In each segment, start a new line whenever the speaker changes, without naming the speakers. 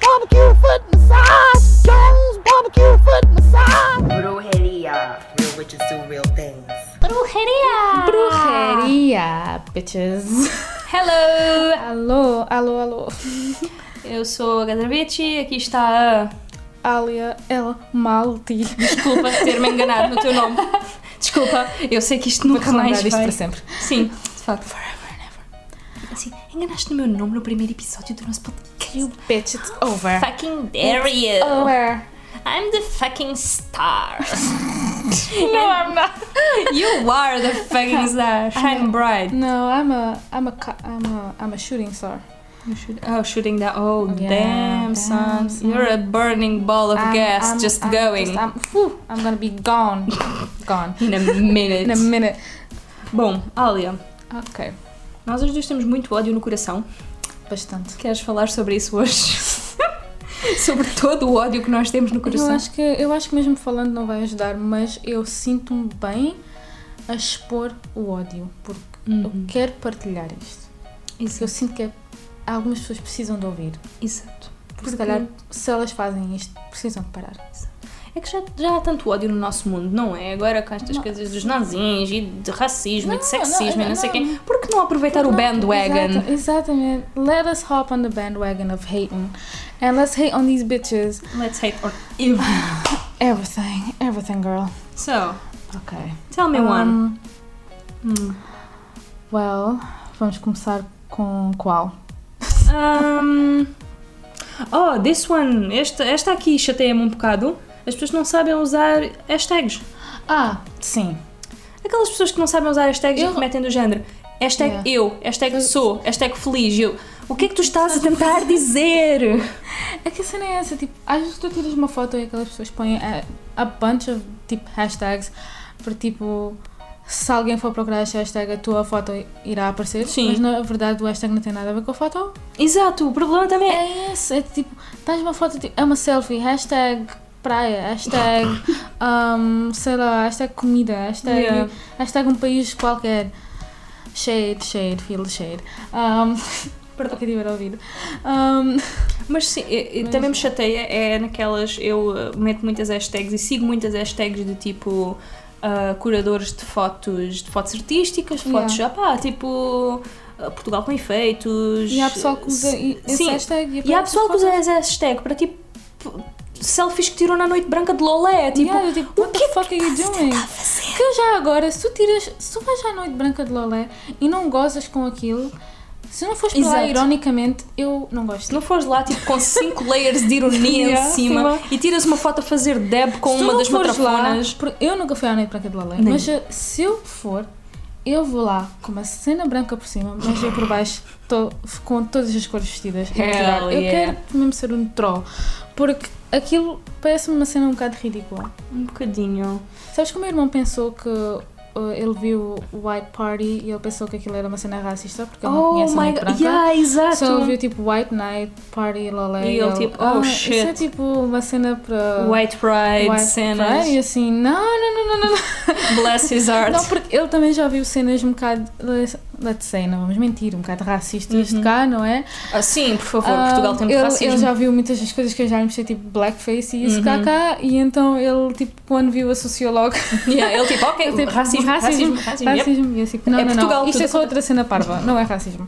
barbecue foot massage. Jones barbecue foot massage.
Brujeria. Real witches do real things.
Brujeria!
Ah, Brujeria, bitches.
Hello!
Alô, alô, alô.
Eu sou a Gadraviti, aqui está a...
Alia, ela, Malti.
Desculpa ter-me enganado no teu nome. Desculpa, eu sei que isto nunca mais
isto
vai.
para sempre.
Sim, de facto. Forever and ever. Assim, enganaste no meu nome no primeiro episódio do nosso podcast. Oh, é.
You bitch, it's over.
fucking dare you!
Over.
I'm the fucking star.
No, I'm not.
you are the fucking star. Shine bright.
No, I'm a, I'm a, ca- I'm a, I'm a shooting star.
You should, oh, shooting that. Oh,
Yeah,
damn,
damn,
son.
son.
You're a burning ball of
I'm-
gas
I'm-
just
I'm
going
just- I'm, phew, I'm gonna be gone. gone.
in a minute.
In a minute.
Bom, Alia,
Ok.
nós os dois temos muito ódio no coração.
Bastante.
Queres falar sobre isso hoje? sobre todo o ódio que nós temos no
Eu
coração.
acho, que, eu acho que mesmo falando não vai ajudar, mas eu sinto-me bem a expor o ódio, porque
Uhum.
eu quero partilhar isto.
Isso,
Eu sinto que é- algumas pessoas precisam de ouvir.
exato.
Porque se calhar, se elas fazem isto, precisam de parar.
É que já, já há tanto ódio no nosso mundo, não é? Agora com estas coisas dos nazis e de racismo e de
Não,
sexismo
não,
e não sei o quê.
não.
Por que não aproveitar o bandwagon?
Exata- exatamente. Let us hop on the bandwagon of hating. And let's hate on these bitches.
Let's hate or evil.
Everything. Everything, girl.
So,
Ok.
tell me one.
Um, Well, vamos começar com qual?
Um, oh, this one. Esta, esta aqui chateia-me um bocado. As pessoas não sabem usar hashtags.
Ah, sim.
Aquelas pessoas que não sabem usar hashtags e
Eu-
que metem do género hashtag
Yeah.
eu, hashtag sou, hashtag feliz. Eu. O que é que tu estás a tentar dizer?
É que a cena é essa, tipo, às vezes tu tiras uma foto e aquelas pessoas põem a, a bunch of, tipo, hashtags para, tipo, se alguém for procurar esta hashtag, a tua foto irá aparecer.
Sim.
Mas, na verdade, o hashtag não tem nada a ver com a foto.
Exato, o problema também é.
É esse, é tipo, tens uma foto, tipo, é uma selfie, hashtag praia, hashtag, um, sei lá, hashtag comida, hashtag,
Yeah.
hashtag um país qualquer. Shade, shade, feel shade. Um, Perdão que eu tiver ouvido. Um,
Mas sim, e- e também me chateia é naquelas. Eu uh, meto muitas hashtags e sigo muitas hashtags de tipo. uh, curadores de fotos, de fotos artísticas,
Yeah.
fotos, opá, tipo. uh, Portugal com efeitos.
E há pessoal que usa
S-
i- esse
sim.
hashtag
E há
aparece
pessoal que usa
fotos.
esse hashtag para tipo. p- Selfies que tirou na noite branca de Lolé. Tipo,
Yeah, eu tipo, what the fuck are you doing? Que já agora, se tu tiras, se tu vais à noite branca de Lolé e não gozas com aquilo, se não fores para lá
Exato.
ironicamente, eu não gosto.
Se não fores lá tipo com cinco layers de ironia
Yeah,
em cima
sim,
e tiras uma foto a fazer deb com
Se tu
uma
não
das
fores
matrafonas.
Lá, porque eu nunca fui à noite branca de Lolé,
Nem.
mas eh, se eu for, eu vou lá com uma cena branca por cima, mas eu por baixo tô com todas as cores vestidas. a
Hell
tirar. Eu
yeah.
quero mesmo ser um troll, porque aquilo parece-me uma cena um bocado ridícula.
Um bocadinho.
Sabes que o meu irmão pensou que uh, ele viu o White Party e ele pensou que aquilo era uma cena racista porque ele não
Oh
conhece a
my
noite
god.
branca.
Yeah, exato.
Só ele viu tipo White Night Party Lolé.
E ele, tipo, oh, shit."
Isso é tipo uma cena para.
White Pride,
White
cenas.
Pride", E assim, não, não, não, não, não, não.
Bless his heart.
Não, porque ele também já viu cenas um bocado. Let's say, não vamos mentir, um bocado racistas de cá, não é? Ah,
Ah, sim, Uhum. por favor, Portugal tem muito
ele,
racismo. Uhum.
ele já viu muitas das coisas que eu já lhe mostrei, tipo blackface e isso cá cá, e então ele, tipo, quando viu, associou logo.
Yeah, ele tipo, ok,
Eu, tipo,
racismo, racismo, racismo, yep.
racismo, e eu, tipo, não,
É
não,
Portugal,
não, isto
tudo
é só outra cena parva, não é racismo.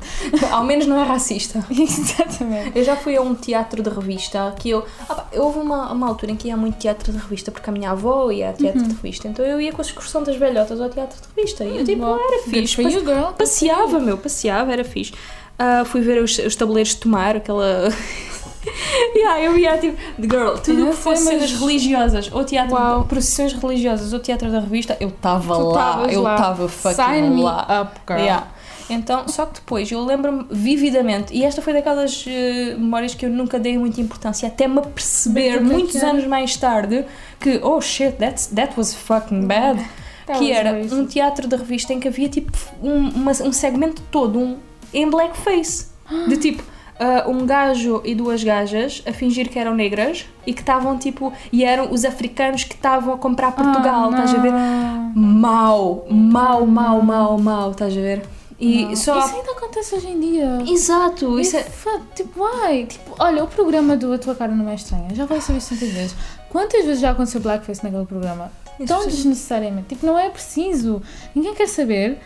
Ao menos não é racista.
Exatamente.
Eu já fui a um teatro de revista que eu. Ah, pá, houve uma, uma altura em que ia a muito teatro de revista porque a minha avó ia a teatro
Uhum.
de revista, então eu ia com a excursão das velhotas ao teatro de revista. E eu tipo,
Bom,
era
good
fixe.
for
passe-
you, girl.
Passeava, meu, passeava, era fixe. Ah, fui ver os, os tabuleiros de tomar, aquela. yeah, eu ia tipo, girl, tudo o
Não
que fosse
sei, mas-
cenas religiosas, ou teatro,
Uau.
procissões religiosas, ou teatro da revista, eu estava
Tu
lá,
tavas
eu
lá.
estava fucking
Sign me
lá.
up, girl.
Yeah. Então, só que depois eu lembro-me vividamente, e esta foi daquelas eh, memórias que eu nunca dei muita importância, até me perceber
Como é que
muitos
era?
anos mais tarde que, oh shit, that's, that was fucking bad.
Uhum. That
que
was
era
racist.
um teatro de revista em que havia tipo um, uma- um segmento todo um, em blackface. De tipo. ah, um gajo e duas gajas a fingir que eram negras e que estavam tipo. E eram os africanos que estavam a
Ah,
comprar Portugal, estás a ver? Mau, mau, mau, mau, mau, estás a ver? E
Não,
só.
Isso ainda acontece hoje em dia.
Exato, isso
Isso
é.
Tipo, uai, tipo, olha, o programa do A Tua Cara Não É Estranha, já vai saber isso tantas vezes. Quantas vezes já aconteceu blackface naquele programa?
Isso
Tão
sim.
desnecessariamente. Tipo, não é preciso. Ninguém quer saber.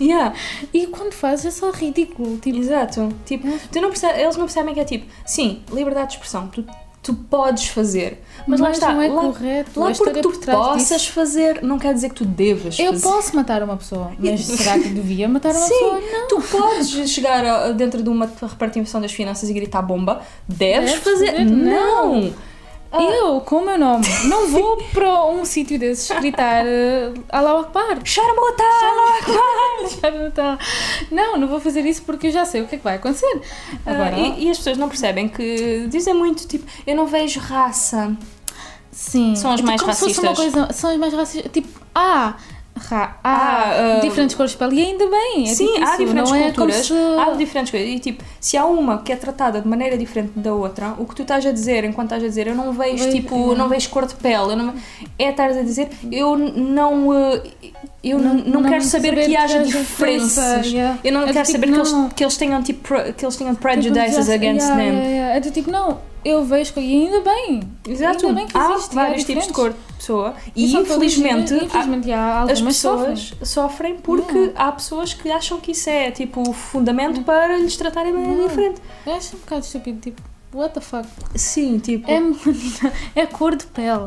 Yeah.
E quando faz é só ridículo. Tipo,
Exato. Tipo, tu não percebe- eles não percebem que é tipo, sim, liberdade de expressão, tu, tu podes fazer. Mas, lá está,
não é
lá,
correto.
lá porque
a história
tu
por trás disso-
possas fazer, não quer dizer que tu devas
Eu
fazer.
posso matar uma pessoa, mas será que devia matar uma
Tipo, Sim,
pessoa? Não.
tu podes chegar a- dentro de uma repartição das finanças e gritar bomba. Deves,
Deves
fazer.
fazer,
Não! Ah.
Eu, com o meu nome, não vou para um sítio desses gritar uh, Alá Akbar.
Charmota!
Já não tá. Não, não vou fazer isso porque eu já sei o que é que vai acontecer.
Ah,
Agora,
e, e as pessoas não percebem que dizem muito, tipo, eu não vejo raça.
sim.
são as
É tipo
mais
como se fosse uma
racistas.
coisa- são as mais racistas. Tipo, ah, ra,
Ah,
ah,
ah,
diferentes cores de pele. E ainda bem. é
Sim,
tipo
há
isso,
diferentes
não é como
culturas,
se-
há diferentes coisas. E tipo, se há uma que é tratada de maneira diferente da outra, o que tu estás a dizer, enquanto estás a dizer, eu não vejo,
Vejo-
tipo, não vejo cor de pele, eu não- é estás a dizer, eu não. eh, Eu não, não, quero saber, que haja diferenças.
yeah.
Eu não
É do
quero
tipo,
saber que,
não.
eles, que eles tenham tipo, pre- que eles tenham
Tipo,
prejudices
já-
against
yeah,
them.
yeah, yeah. É do tipo, não, eu vejo que. E ainda bem.
Exato.
Ainda bem que
há
existe, é e
vários tipos de
diferentes.
cor de pessoa e,
são todos-
infelizmente, há-
infelizmente há
as
algumas
pessoas
sofrem.
sofrem, porque há pessoas que acham que isso é tipo fundamento para lhes tratarem de maneira
Não.
diferente.
Eu acho um bocado estúpido, tipo, what the fuck?
Sim, tipo.
É melanina, é cor de pele.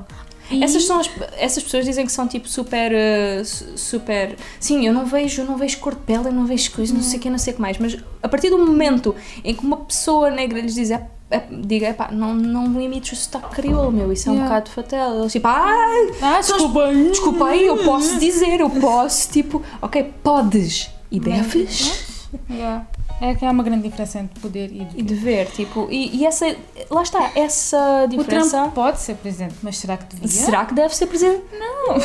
E-
Essas, são as- essas pessoas dizem que são tipo super. eh, su- super. Sim, eu não vejo, eu não vejo cor de pele, eu não vejo coisa, não sei o que, não sei o que mais. Mas a partir do momento em que uma pessoa negra lhes diz, é, é, diga, "Epá, não, não imites o sotaque crioulo, meu, isso é um
Yeah.
bocado fatal. Eles tipo, ai,
Ah,
são-
desculpa.
desculpa aí, eu posso dizer, eu posso, tipo, ok, podes e
é
deves.
Yeah. É que há uma grande diferença entre poder e
E dever,
dever.
tipo, e, e essa, lá está, essa
O
diferença.
Trump pode ser presidente, mas será que devia?
Será que deve ser presidente? Não! Não!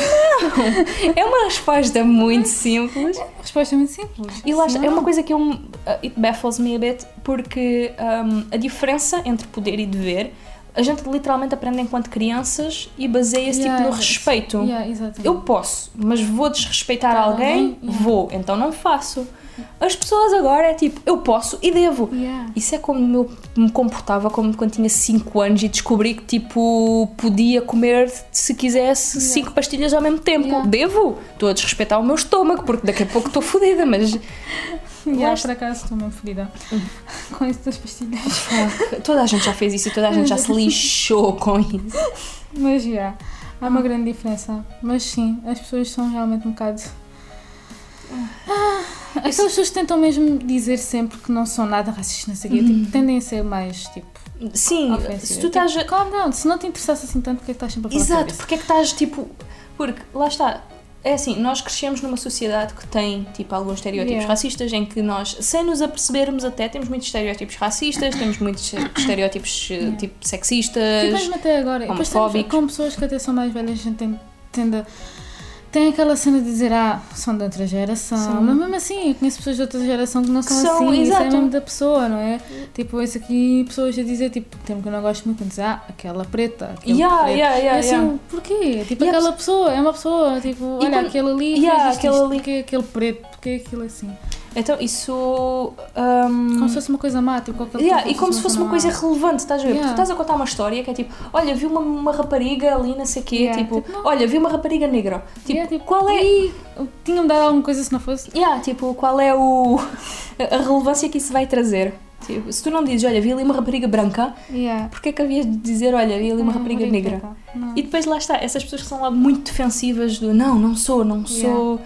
É uma resposta muito simples.
A resposta é muito simples.
E lá está,
Sim ou
é uma
não?
coisa que eu. uh, it baffles me a bit, porque um, a diferença entre poder e dever, a gente literalmente aprende enquanto crianças e baseia-se
Yeah,
tipo no
yes.
respeito.
Yeah, exatamente.
Eu posso, mas vou desrespeitar
Tá
alguém?
bem, yeah.
Vou, então não faço. As pessoas agora é tipo, eu posso e devo.
Yeah.
Isso é como eu me comportava como quando tinha 5 anos e descobri que tipo podia comer se quisesse 5 pastilhas ao mesmo tempo.
Yeah.
Devo? Estou a desrespeitar o meu estômago porque daqui a pouco estou fodida, mas
Yeah,
Lá-
por acaso estou mesmo fodida
Hum.
com isso das pastilhas.
toda a gente já fez isso e toda a gente já se lixou com isso.
Mas já, há
Ah.
uma grande diferença. Mas sim, as pessoas são realmente um bocado. Ah, aquelas pessoas que tentam mesmo dizer sempre que não são nada racistas, não sei o quê, tipo, tendem a ser mais tipo.
Sim,
ofensivas.
se tu estás. Uhum. a-
Tipo, calm down, se não te interessasse assim tanto, porque é que estás sempre a falar
Exato,
sobre
porque é que estás tipo. Porque lá está. É assim, nós crescemos numa sociedade que tem, tipo, alguns estereótipos
Yeah.
racistas, em que nós, sem nos apercebermos até, temos muitos estereótipos racistas, temos muitos estereótipos, eh, tipo,
isso? E
sexistas.
mesmo até agora, e depois estamos
homofóbicos.
com pessoas que até são mais velhas, a gente tem, tende a- Tem aquela cena de dizer, ah, são de outra geração,
São.
mas mesmo assim, eu conheço pessoas de outra geração que não são,
são,
assim, isso é
exato.
mesmo da pessoa, não é? Tipo, isso aqui, pessoas a dizer, tipo, termo que eu não gosto muito, dizer, ah, aquela preta, aquele
Yeah,
preto.
yeah, yeah,
E assim,
yeah.
porquê? Tipo,
E a
aquela pessoa, é uma pessoa, tipo, olha,
quando-
aquele ali,
Yeah,
fez isto,
aquele
isto,
ali.
porquê aquele preto, porquê aquilo assim?
Então, isso. hum,
Como se fosse uma coisa má, tipo, qualquer
Yeah,
coisa
e como se fosse uma
má.
coisa relevante, estás a ver? Porque tu
Yeah.
estás a contar uma história que é tipo, olha, vi uma, uma rapariga ali, não sei o quê,
Yeah,
tipo,
tipo, não.
olha, vi uma rapariga negra. Tipo,
Yeah, tipo,
qual é.
"Ih, Tinha-me dado alguma coisa se não fosse.
Yeah, tipo, qual é o, a relevância que isso vai trazer? Tipo, se tu não dizes, olha, vi ali uma rapariga branca,
Yeah.
porquê é que havias de dizer, olha, vi
Ah,
ali uma rapariga negra?
Não.
E depois lá está, essas pessoas que são lá muito defensivas do não, não sou, não sou.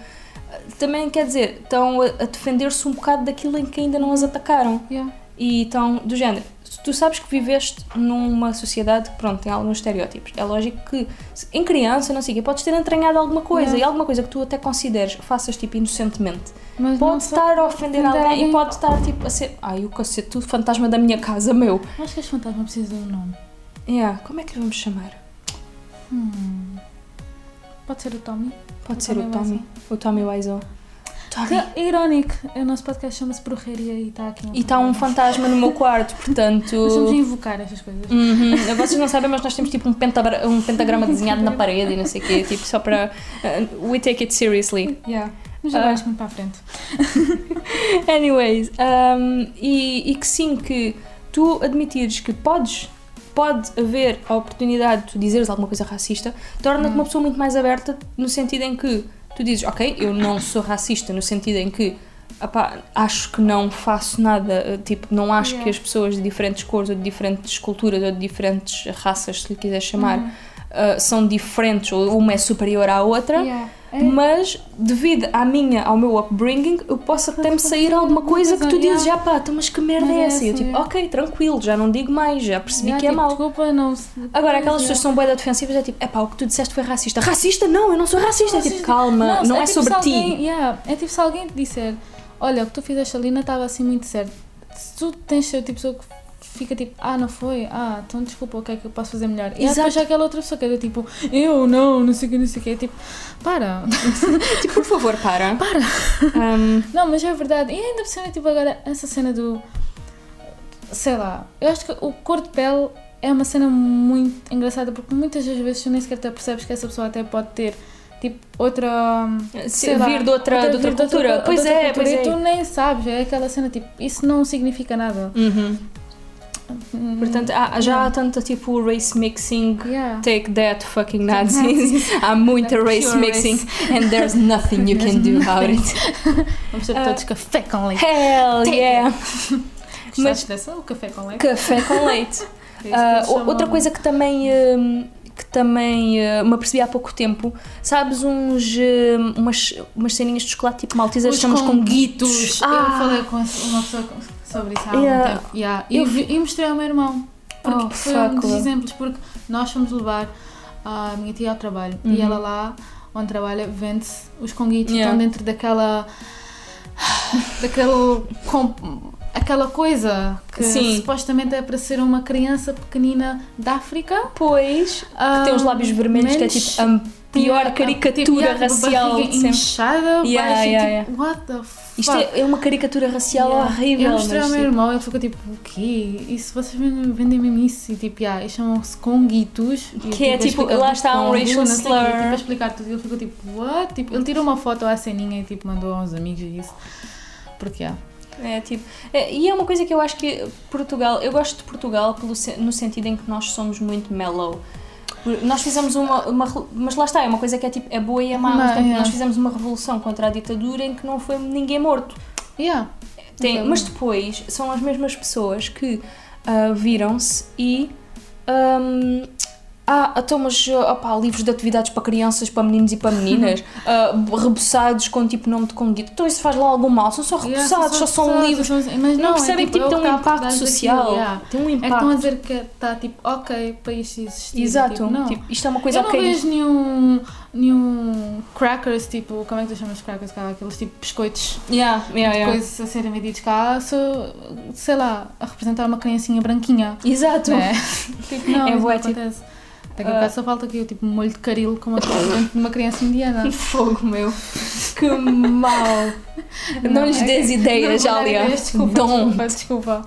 Também quer dizer, estão a, a defender-se um bocado daquilo em que ainda não as atacaram.
Yeah.
E então, do género, se tu sabes que viveste numa sociedade que, pronto, tem alguns estereótipos. É lógico que, se- em criança, não sei o quê, podes ter entranhado alguma coisa
Yeah.
e alguma coisa que tu até consideres, faças tipo inocentemente.
Mas não
Pode
só-
estar a ofender
ofender
alguém, e
alguém.
pode estar tipo a ser. Ai, o cacete, tu fantasma da minha casa, meu.
Acho que este fantasma precisa de um nome.
Yeah, como é que lhe vamos chamar?
Hum. Pode ser o Tommy.
Pode
O
ser o
Tommy
Tommy. O Tommy Wiseau. Tommy.
Que é irónico. O nosso podcast chama-se Bruxaria e está aqui.
E está um fantasma no meu quarto,
Nós estamos a
portanto.
invocar estas coisas.
Uhum. Vocês não sabem, mas nós temos tipo um, pentabra- um pentagrama desenhado na parede e não sei o quê, tipo só para. uh, we take it seriously.
Yeah. Mas agora
Ah.
acho muito para a frente.
Anyways, um, e, e que sim, que tu admitires que podes, pode haver a oportunidade de tu dizeres alguma coisa racista, torna-te uma pessoa muito mais aberta no sentido em que tu dizes, ok, eu não sou racista, no sentido em que apá, acho que não faço nada, eh, tipo, não acho que as pessoas de diferentes cores ou de diferentes culturas ou de diferentes raças, se lhe quiser chamar, eh, são diferentes ou uma é superior à outra
Yeah. É.
mas devido à minha, ao meu upbringing, eu posso até me sair alguma coisa que tu dizes, já pá, então, mas que merda
Mas
é
é
essa? E eu
essa,
tipo,
é.
ok, tranquilo, já não digo mais, já percebi
Yeah,
que é
tipo,
mau.
Desculpa, não. se-
Agora, aquelas
Yeah.
pessoas que são bué da defensivas, é tipo, é pá, o que tu disseste foi racista. Racista? Não, eu não sou racista. É tipo, calma, não, é,
tipo
sobre
se
ti.
alguém- yeah, é tipo se alguém te disser: Olha, o que tu fizeste ali não estava assim muito certo. Se tu tens ser tipo pessoa que fica tipo: Ah, não foi? Ah, então desculpa, o que é que eu posso fazer melhor? E há
Exato.
depois já aquela outra pessoa que é do tipo: Eu não, não sei o que, não sei o que. É tipo: Para.
Tipo, por favor, para. Hum, Para.
não, mas é verdade. E ainda por cima, tipo, agora, essa cena do. Sei lá. Eu acho que o cor de pele é uma cena muito engraçada porque muitas das vezes tu nem sequer te percebes que essa pessoa até pode ter. Tipo, outra.
Se-
sei lá,
vir de outra- de outra
vir
cultura.
cul- de
Pois
outra
é, pois
E
é.
tu nem sabes, é aquela cena tipo, isso não significa nada.
Uhum. Portanto, há- já há tanta tipo race mixing.
Yeah.
Take that fucking Nazis. há muita
Pure
race
race.
mixing and there's nothing you can do about it.
Vamos ter
Ah.
todos café com leite.
Hell
Take
yeah!
Gostaste dessa? O café com leite?
Café com leite.
É isso que eles
Ah,
chamam.
outra coisa que também, hum, que também eh, me apercebi há pouco tempo, sabes uns, hum, umas, umas ceninhas de chocolate tipo maltesas,
Os
chamamos conguitos.
Eu
Ah!
falei com uma pessoa com- sobre isso há
Yeah.
algum tempo. Yeah. E,
Eu
eu e mostrei ao meu irmão. Porque
Oh,
foi um dos
fuck.
exemplos. Porque nós fomos levar a minha tia ao trabalho. E ela lá, onde trabalha, vende os conguitos.
Uhum. Yeah.
Estão dentro daquela... Daquele... com- aquela coisa que
Sim.
supostamente é para ser uma criança pequenina da África.
Pois, que
Ah,
tem os lábios vermelhos, que é tipo a pior caricatura racial de
sempre.
sempre.
inchada,
Yeah,
baixa, e
yeah,
tipo, what the fuck?
Isto é, é uma caricatura racial
Yeah. É um
horrível.
Eu mostrei ao
mas,
meu
tipo,
irmão, ele ficou tipo, o quê? Isso, vocês vendem, vendem mesmo isso? E tipo, yeah, eles chamam-se conguitos. E eu,
Que é,
a
tipo,
explicar
lá
do
está um
Congo,
racial
não sei o quê,
slur.
Tipo, a explicar tudo. E ele ficou tipo, what? Tipo, ele tirou uma foto à ceninha e tipo, mandou aos amigos e isso. Porque, yeah.
É, tipo, é, e é uma coisa que eu acho que Portugal, eu gosto de Portugal pelo, sen- no sentido em que nós somos muito mellow. Nós fizemos uma, uma re- Mas lá está, é uma coisa que é tipo. É boa e é má. ao mesmo
Não,
tempo.
é.
Nós fizemos uma revolução contra a ditadura em que não foi ninguém morto.
Yeah.
Tem-
Exatamente.
mas depois são as mesmas pessoas que ah, viram-se e. ahm, ah, então, mas ah, opá, livros de atividades para crianças, para meninos e para meninas, ah, rebuçados com tipo nome de conguito. Então isso faz lá algum mal, são só
Yeah,
rebuçados,
só
só são
rebuçados,
livros.
só são- mas
Não,
é,
percebem que
é
tipo,
o
tem um
tá por
impacto
trás daquilo,
social.
yeah.
Tem um
É que estão a
impacto.
dizer que está tipo, ok, para isto existir.
Exato.
Tipo, não.
Tipo, isto é uma coisa
eu não
ok.
vejo nenhum, nenhum crackers, tipo, como é que tu chamas de crackers? Cá? Aqueles tipo biscoitos,
Yeah, yeah, yeah.
coisas a serem vendidos cá, só, sei lá, a representar uma criancinha branquinha.
Exato.
Né? tipo, não,
É
isso não
bué, tipo,
acontece. Daqui a bocado só falta aqui o tipo molho de caril com uma, dentro de uma criança indiana.
Fogo meu. Que mal. Não, lhes
é
des
que-
ideias,
não,
Jália.
ideias, Desculpa,
Dom.
desculpa, desculpa.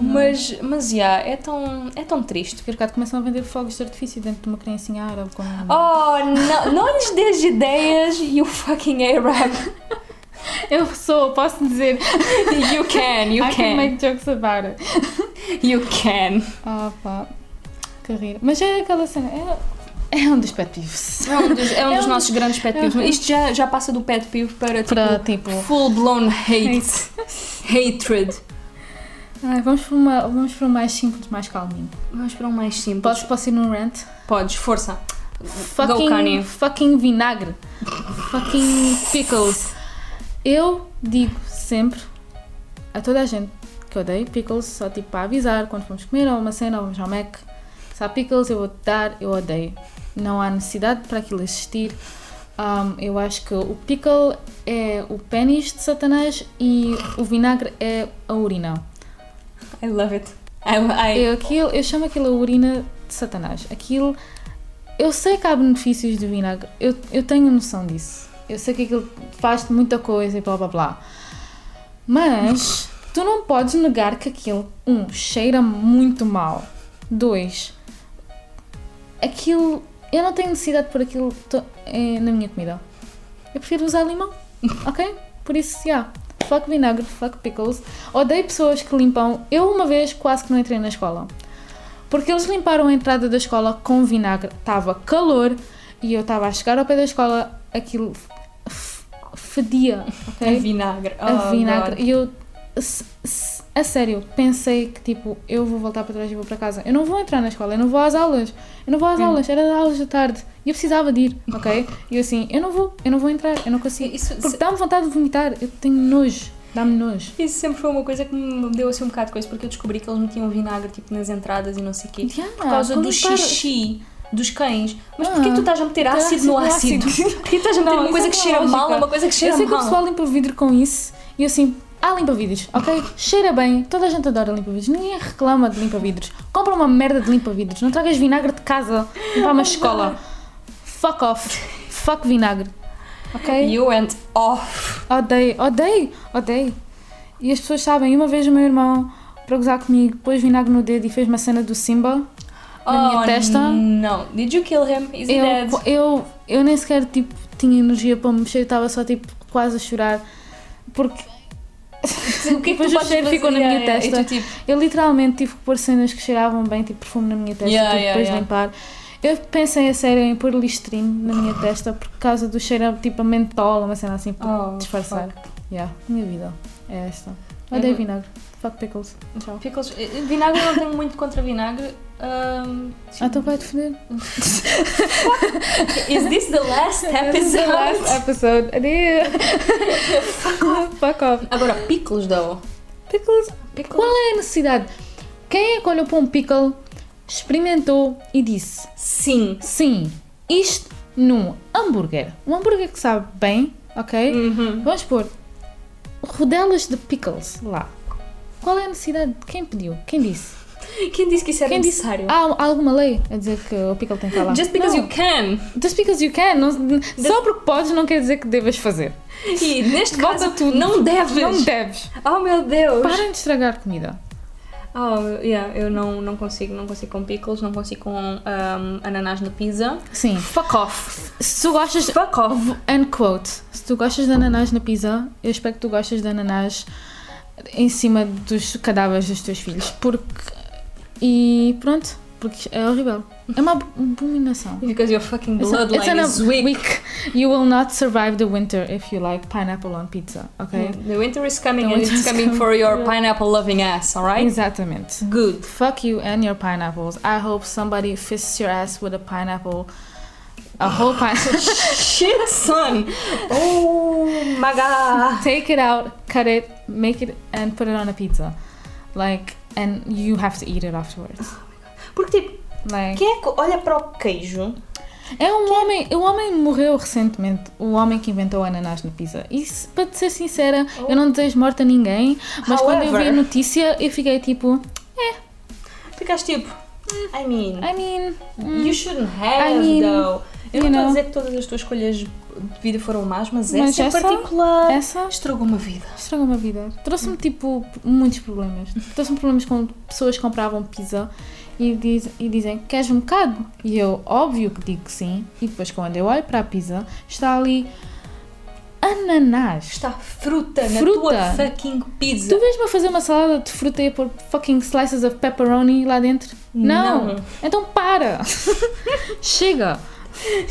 Mas, mas yeah, é tão, é tão triste.
Daqui a bocado começam a vender fogos de artifício dentro de uma criancinha árabe. Com...
Oh, não, não lhes des ideias, you fucking Arab.
Eu sou, posso dizer.
You can, you
I can
can.
make jokes about it.
You can.
Ah pá, que rir. Mas é aquela cena, é, é um dos pet peeves.
É um dos, é um
É
dos
um-
nossos grandes pet
é um-
peeves. Isto já, já passa do pet peeve para,
Para,
tipo,
tipo-
full blown hate. Hatred.
Ai, vamos para uma, vamos para um mais simples, mais calminho.
Vamos para um mais simples.
Posso, posso ir num rant?
Podes, força. Kanye.
Fucking, fucking vinagre. fucking pickles. Eu digo sempre a toda a gente que odeio pickles, só tipo para avisar quando vamos comer ou uma cena ou vamos ao Mac. Se há pickles eu vou te dar, eu odeio. Não há necessidade para aquilo existir. Ahm, eu acho que o pickle é o pênis de Satanás e o vinagre é a urina.
I love it. I, I,
Eu, É aquilo, eu chamo aquilo a urina de Satanás. Aquilo. Eu sei que há benefícios do vinagre. Eu, eu tenho noção disso. Eu sei que aquilo faz muita coisa e blá blá blá. Mas tu não podes negar que aquilo, um, cheira muito mal. Dois, aquilo. Eu não tenho necessidade de pôr aquilo to- eh, na minha comida. Eu prefiro usar limão. Ok? Por isso, yeah. Fuck vinagre, fuck pickles. Odeio pessoas que limpam. Eu uma vez quase que não entrei na escola. Porque eles limparam a entrada da escola com vinagre. Estava calor e eu estava a chegar ao pé da escola, aquilo f- fedia,
A
ok?
vinagre.
a
Oh,
vinagre.
God.
E eu, s- s- a sério, pensei que tipo, eu vou voltar para trás e vou para casa. Eu não vou entrar na escola, eu não vou às aulas. Eu não vou
Hum.
às aulas, era das aulas da tarde. E eu precisava de ir, ok? E eu assim, eu não vou, eu não vou entrar, eu não consigo.
Isso-
Porque dá-me vontade de vomitar, eu tenho nojo, dá-me nojo.
Isso sempre foi uma coisa que me deu assim um bocado de coisa, porque eu descobri que eles metiam vinagre tipo nas entradas e não sei o quê.
Yeah,
por causa do
como para-
xixi dos cães. Mas
Ah,
porquê que tu estás a meter
meter
ácido no
ácido
ácido? Então,
no
Porquê que estás a meter uma
isso
coisa
é
que cheira
lógica.
mal a uma coisa que cheira
Eu sei que o
mal?
pessoal limpa vidro com isso e eu assim, ah, limpa vidros, ok? Cheira bem, toda a gente adora limpa vidros, ninguém reclama de limpa vidros. Compra uma merda de limpa vidros, não tragas vinagre de casa para uma escola. Fuck off, fuck vinagre, ok?
You went off.
Odeio, odeio, odeio. E as pessoas sabem, uma vez o meu irmão, para gozar comigo, pôs vinagre no dedo e fez uma cena do Simba na minha
oh,
testa.
Não. Did you kill him? Is he
Eu,
dead?
eu, eu nem sequer tipo, tinha energia para me mexer, eu estava só tipo quase a chorar. Porque
O que é que
depois
tu
o cheiro
podes
ficou na
fazer?
minha
Yeah, yeah.
testa.
E tu, tipo,
Eu literalmente tive que pôr cenas que cheiravam bem, tipo perfume na minha testa,
Yeah,
tipo,
yeah,
depois
yeah.
limpar. Eu pensei a sério em pôr listrine na minha testa por causa do cheiro tipo a mentol, uma cena assim, para
Oh,
disfarçar. Yeah, minha vida é esta.
Eu
Odeio
não-
vinagre. Fuck pickles. Tchau.
pickles- eh, Vinagre eu não tenho muito contra vinagre. Um,
Ah, então vai-te foder.
is this the last
This is the last
episode?
episode. Ah, Adeus. Fuck off. Fuck off.
Agora, pickles, though.
Pickles. Qual é a necessidade? Quem é que olhou para um pickle, experimentou e disse:
Sim.
sim, isto num hambúrguer. Um hambúrguer que sabe bem, ok?
Uhum.
Vamos pôr rodelas de pickles lá. Qual é a necessidade? Quem pediu? Quem disse?
Quem disse que isso era
Quem disse?
É necessário?
Há, há alguma lei a dizer que o pickle tem que estar lá?
Just because
Não.
you can.
Just because you can. Não- Só porque podes não quer dizer que devas fazer.
E neste
Volta
caso,
tudo.
não deves.
Não deves.
Oh meu Deus!
Parem de estragar comida.
Oh, yeah, eu não, não consigo, não consigo com pickles, não consigo com um, ananás na pizza.
Sim.
Fuck off!
Se tu gostas
Fuck off!
End quote. Se tu gostas de ananás na pizza, eu espero que tu gostes de ananás em cima dos cadáveres dos teus filhos. Porque. E pronto. Porque é horrível. É uma ab- abominação.
Because your fucking bloodline
an
is weak.
You will not survive the winter if you like pineapple on pizza, ok?
The winter is coming
The
and
winter
it's
is
coming
coming.
for your pineapple loving ass, alright?
Exatamente.
Good.
Fuck you and your pineapples. I hope somebody fists your ass with a pineapple. A whole pineapple.
Shit, son! Oh my god!
take it out, cut it, make it, and put it on a pizza. Like, and you have to eat it afterwards.
Porque tipo,
Like,
quem é que olha para o queijo?
é um homem, o homem morreu recentemente, o homem que inventou o ananás na pizza. E se- para te ser sincera, eu não desejo morte a ninguém, mas quando eu vi a
Oh. However-
notícia, eu fiquei tipo,
Ficas tipo, I mean,
I mean,
you shouldn't have
I mean,
though. Eu não estou a
you know.
dizer que todas as tuas escolhas de vida foram más, mas,
Mas
essa em
essa- é
particular
essa
estragou uma vida.
estragou-me a vida. Trouxe-me, tipo, muitos problemas. Trouxe-me problemas com pessoas que compravam pizza e, diz, e dizem, queres um bocado? E eu, óbvio que digo que sim. E depois, quando eu olho para a pizza, está ali ananás.
Está fruta,
Fruta.
na tua fucking pizza.
Tu vês-me a fazer uma salada de fruta e a pôr fucking slices of pepperoni lá dentro? Não!
Não.
Então para! Chega!
É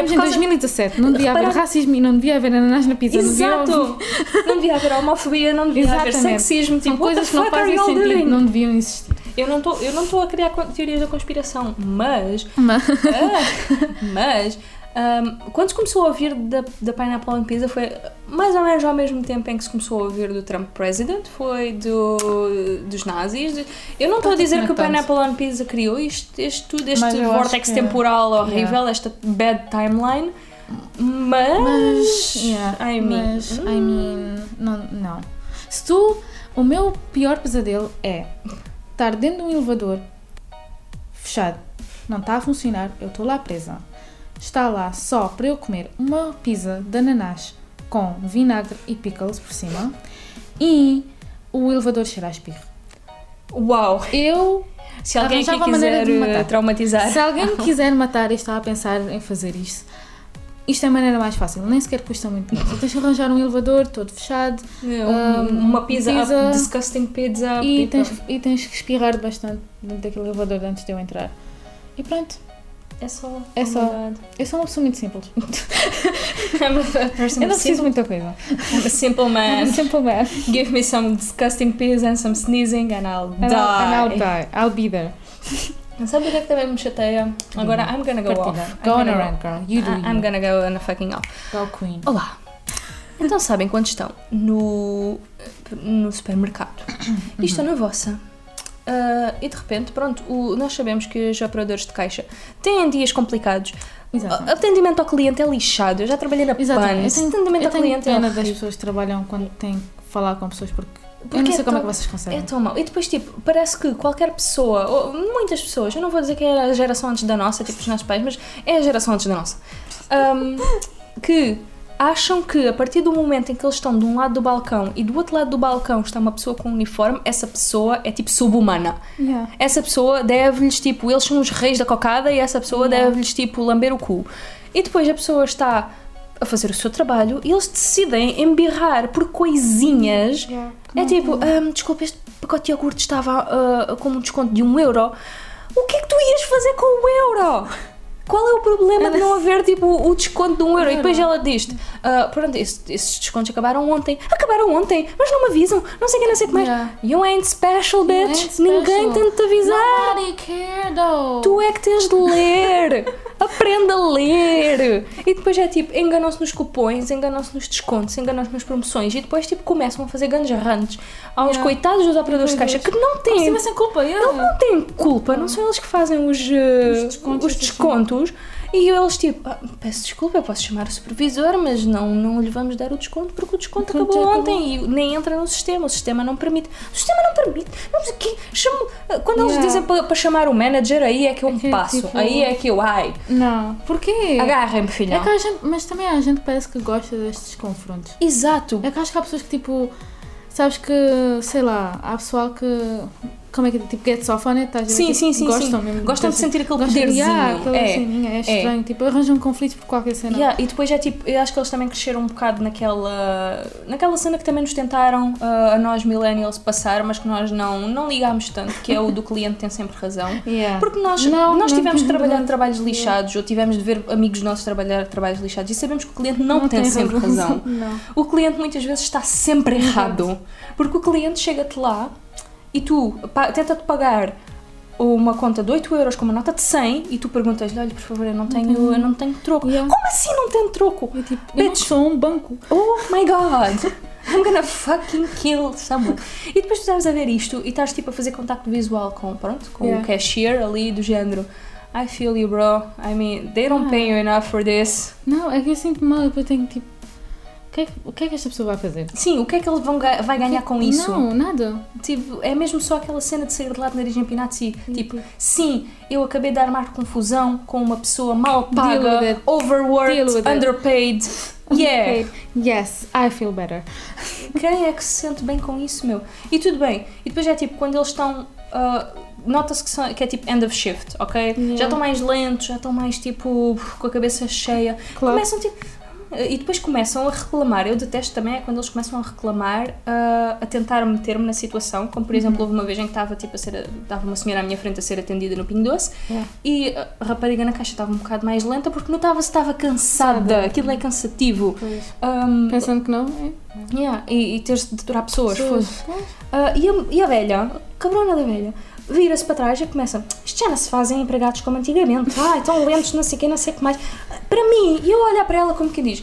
Estamos em 2017, não devia haver
Repara-
racismo e não devia haver ananás na pizza. não devia haver-
Exato! Não devia haver homofobia, não devia haver
Exatamente.
sexismo, tipo,
São
what the
coisas que não
fuck are
fazem
you all
sentido,
doing?
não deviam existir.
Eu não tô- Eu não estou a criar co- teorias da conspiração, mas.
Mas-
Ah, mas. ahm, quando se começou a ouvir da, da Pineapple on Pizza foi mais ou menos ao mesmo tempo em que se começou a ouvir do Trump President, foi do, dos nazis. de- Eu não estou a
Tanto
dizer
como
que o
tanto.
Pineapple on Pizza criou isto, este, tudo,
Mas
este
eu acho
vortex
que- é.
temporal horrível,
Yeah.
esta bad timeline, mas.
Mas, yeah,
I mean, hum.
mas, I mean, não, não. Se tu, o meu pior pesadelo é estar dentro de um elevador fechado, não está a funcionar, eu estou lá presa. Está lá só para eu comer uma pizza de ananás com vinagre e pickles por cima e o elevador cheira a espirro.
uau!
Eu,
Se alguém aqui
Arranjava a maneira
quiser
de me
eh,
matar.
traumatizar.
se alguém me quiser matar, eu estava a pensar em fazer isto. Isto é a maneira mais fácil, nem sequer custa muito. Só tens que arranjar um elevador todo fechado
Um, uma pizza,
pizza-
disgusting pizza. então,
e
pizza.
tens, e tens que espirrar bastante dentro daquele elevador antes de eu entrar. E pronto,
É só.
É só.
humildade.
eu sou uma pessoa muito simples.
I'm a person
Eu não preciso
simple,
muita coisa.
I'm a simple
Ah.
man.
Simple man.
Give me some disgusting pizza and some sneezing and I'll
And I'll, and I'll
die.
die. I'll be there.
Sabe o que é que também me chateia? Agora I'm gonna go
Partilha.
off.
Go
I'm
on
gonna
a Ah, rant, girl. You do
I- I'm
you.
gonna go on a fucking off.
Go queen.
Olá! Então sabem quando estão no, no supermercado e estão na vossa. ah, e de repente, pronto, o- nós sabemos que os operadores de caixa têm dias complicados.
Exatamente.
O atendimento ao cliente é lixado. Eu já trabalhei na PAN.
Exatamente. Eu tenho,
Atendimento
eu
ao
tenho
cliente é
pena das
horrível.
pessoas que trabalham quando têm que falar com pessoas porque, eu
Porque
não
é
sei como é que
tão-
vocês conseguem.
É tão mau. E depois, tipo, parece que qualquer pessoa, ou muitas pessoas, eu não vou dizer que é a geração antes da nossa, tipo os nossos pais, mas é a geração antes da nossa, ahm, que acham que a partir do momento em que eles estão de um lado do balcão e do outro lado do balcão está uma pessoa com um uniforme, essa pessoa é tipo subhumana.
Yeah.
Essa pessoa deve-lhes, tipo, eles são os reis da cocada e essa pessoa deve-lhes, tipo, lamber o cu. E depois a pessoa está a fazer o seu trabalho e eles decidem embirrar por coisinhas. É tipo, "Ahm, desculpa, este pacote de iogurte estava ah, com um desconto de um euro. O que é que tu ias fazer com o euro? Qual é o problema de não haver tipo o desconto de um euro? E depois ela diz "Ah, pronto, esse- esses descontos acabaram ontem. Acabaram ontem, mas não me avisam. Não sei o que, não sei o que mais.
Yeah.
You ain't special,
ain't
bitch. Ninguém
special.
tem de te avisar.
Nobody care though.
Tu é que tens de ler! Aprenda a ler! E depois é tipo, enganam-se nos cupões, enganam-se nos descontos, enganam-se nas promoções e depois tipo começam a fazer grandes rantes aos
Yeah.
coitados dos operadores de caixa que não
Por
têm.
cima sem culpa, yeah.
Eles não têm culpa, não são eles que fazem os, eh, os descontos.
descontos, assim.
E eles tipo, "Ah, peço desculpa, eu posso chamar o supervisor, mas não, não lhe vamos dar o desconto porque o desconto
Então,
acabou
já acabou.
ontem e nem entra no sistema, o sistema não permite. O sistema não permite, não sei o quê. Chamo- eh, quando eles
Yeah.
dizem para chamar o manager, aí é que eu me
que,
passo,
tipo,
aí é que eu, ai,
Não. Porquê?
agarrem-me
É
filhão.
que há gente, mas também há gente que parece que gosta destes confrontos.
Exato.
É que acho que há pessoas que tipo. Sabes que, sei lá, há pessoal que. Como é que é? Tipo, gets off on it, estás a ver?
Sim,
Tipo,
sim, sim,
Gostam
sim.
mesmo.
Gostam de sentir aquele
gostam de- Ah,
poderzinho.
aquela
É,
ceninha, é
é.
estranho. Tipo, arranjam conflitos por qualquer cena.
Yeah, e depois é tipo, eu acho que eles também cresceram um bocado naquela, naquela cena que também nos tentaram ah, a nós millennials passar, mas que nós não, não ligámos tanto, que é o do cliente tem sempre razão.
Yeah.
Porque nós,
Não,
nós
não
tivemos de
tem
trabalhar
razão.
trabalhos lixados ou tivemos de ver amigos nossos trabalhar trabalhos lixados e sabemos que o cliente não, tem, sempre razão.
Não.
O cliente muitas vezes está sempre errado. Porque o cliente chega-te lá e tu pa- tenta-te pagar uma conta de 8 euros com uma nota de 100 e tu perguntas-lhe, olha, por favor, eu não tenho, eu não tenho troco.
Yeah.
Como assim não tenho troco?
Eu, tipo, eu não
Bitch,
sou um banco.
Oh my god! I'm gonna fucking kill someone. E depois tu estás a ver isto e estás tipo a fazer contacto visual com, pronto, com
Yeah.
o cashier ali do género. I feel you, bro. I mean, they don't pay you enough for this.
Não, é que eu sinto mal, depois eu tenho tipo. O que, é que, o que é que esta pessoa vai fazer?
Sim, o que é que ele vão ga- vai ganhar com isso?
Não, nada.
Tipo, é mesmo só aquela cena de sair de lá de nariz empinado e tipo, sim, eu acabei de armar confusão com uma pessoa mal
Deal with
paga,
it. Deal with
overworked,
it.
underpaid. Yeah.
Yes, I feel better.
Quem é que se sente bem com isso, meu? E tudo bem. E depois é tipo, quando eles estão. ah, Nota-se que, são- que é tipo end of shift, ok? Já estão mais lentos, já estão mais tipo com a cabeça cheia.
Claro.
Começam tipo. E depois começam a reclamar. Eu detesto também é quando eles começam a reclamar, ah, a tentar meter-me na situação. Como por exemplo, houve uma vez em que estava tipo a ser. Estava uma senhora à minha frente a ser atendida no Pingo Doce
Yeah.
e a rapariga na caixa estava um bocado mais lenta porque notava-se que estava cansada. Aquilo é cansativo. Ahm,
Pensando que não, é.
Yeah, e, e teres de aturar pessoas.
Pessoas.
foda-se. Ah, e, a, e a velha, a cabrona da velha, vira-se para trás e começa: Isto já não se fazem empregados como antigamente. Ai, tão lentos, não sei o que, não sei o que mais. Para mim, e eu olhar para ela como que diz.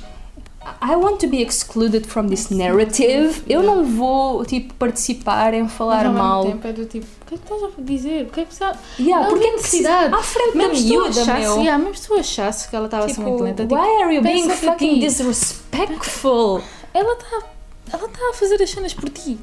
I want to be excluded from this narrative. Eu não vou, tipo, participar em
Mas
falar
ao mesmo
mal.
tempo é do tipo, o que é que estás a dizer? O que é que precisa.
Yeah,
Não
porque é
havia
que se- à frente da
mesmo se tu
miúda,
achasses,
meu.
yeah, mesmo se tu achasses que ela estava a ser
Tipo,
muito lenta, tipo,
why are you being
pensa por
fucking
ti.
disrespectful?
ela está ela tá a fazer as cenas por ti.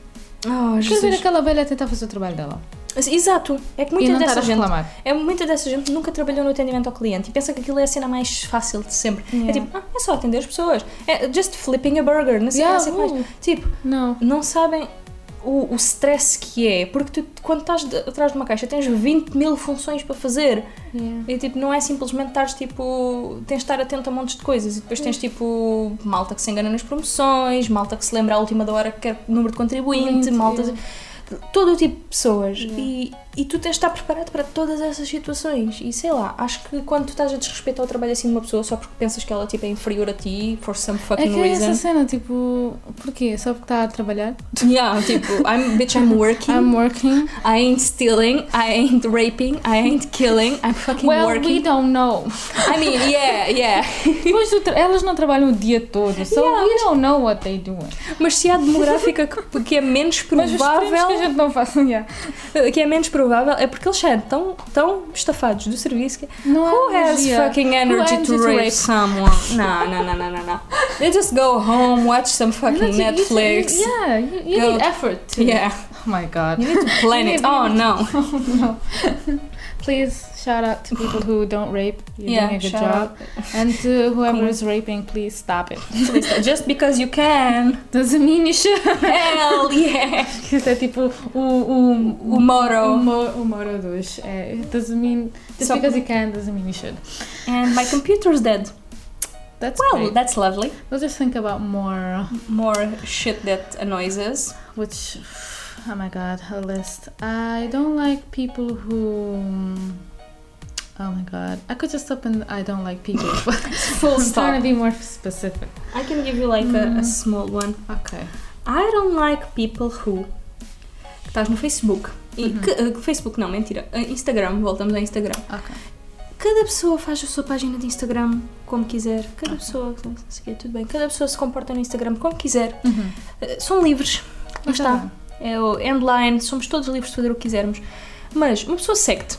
Oh,
Quer ver
Jesus.
aquela velha a tentar fazer o trabalho dela?
Exato. É que
e
muita
não estar
dessa
a
gente
reclamar.
É muita dessa gente nunca trabalhou no atendimento ao cliente e pensa que aquilo é a cena mais fácil de sempre. É
Yeah.
tipo, ah, é só atender as pessoas. É just flipping a burger, não sei o que, não sei o que mais.
Yeah,
Tipo,
Não.
não sabem o, o stress que é, porque tu, quando estás de- atrás de uma caixa tens 20 mil funções para fazer
Yeah.
e tipo, não é simplesmente estares tipo, tens de estar atento a montes de coisas e depois tens
Hum.
tipo malta que se engana nas promoções, malta que se lembra à última da hora que quer o número de contribuinte,
Muito,
malta.
yeah.
Todo o tipo de pessoas e, e tu tens de estar preparado para todas essas situações. E sei lá, acho que quando tu estás a desrespeitar o trabalho assim de uma pessoa só porque pensas que ela tipo, é inferior a ti, for some
É
fucking
que é
reason.
essa cena, tipo, porquê? Só porque está a trabalhar?
Yeah, tipo, I'm, bitch, I'm working.
I'm working.
I ain't stealing, I ain't raping, I ain't killing, I'm fucking
Well, we
working.
don't know.
I mean, yeah, yeah.
Pois tu tra- elas não trabalham o dia todo, so
Yeah,
we
mas-
don't know what they do.
Mas se há demográfica que, que é menos
Mas esperemos que a
provável,
gente não faça, yeah.
que é menos provável, é porque eles são tão, tão estafados do serviço que
Não há
Who has
energia.
fucking
Who
energy
has
to,
energy
rape, someone? No, no, no, no, no, no. They just go home, watch some fucking
Energy- you-
Netflix.
You, yeah, you, you
Go-
need effort to.
yeah.
Oh my god.
You need to plan it. Oh no.
Please shout out to people who don't rape. You're
Yeah,
doing a good
shout
job. And to whoever
Cool.
is raping, please stop it.
Just because you can.
Doesn't mean you should.
Hell yeah.
Isso é tipo o. o,
O
o
motto.
mo- o moro dos. É, eh, it doesn't mean. Just
Só-
because you can doesn't mean you should.
And my computer's dead.
That's
Well,
great.
that's lovely.
We'll just think about more.
More shit that annoys us.
Which. Oh my god, a list. I don't like people who. Oh my god. I could just open I don't like people. Full I'm
stop.
trying to Mm. be more specific.
I can give you like a, a small one.
Okay.
I don't like people who. que Estás no Facebook. E
Uhum.
que- eh, Facebook não, mentira. Eh, Instagram, voltamos a Instagram.
Ok.
Cada pessoa faz a sua página de Instagram como quiser. Cada pessoa. não sei o quê, Tudo bem. Cada pessoa se comporta no Instagram como quiser.
Uhum.
Eh, São livres. Lá está.
Exatamente.
É o endline. Somos todos livres de fazer o que quisermos. Mas uma pessoa segue-te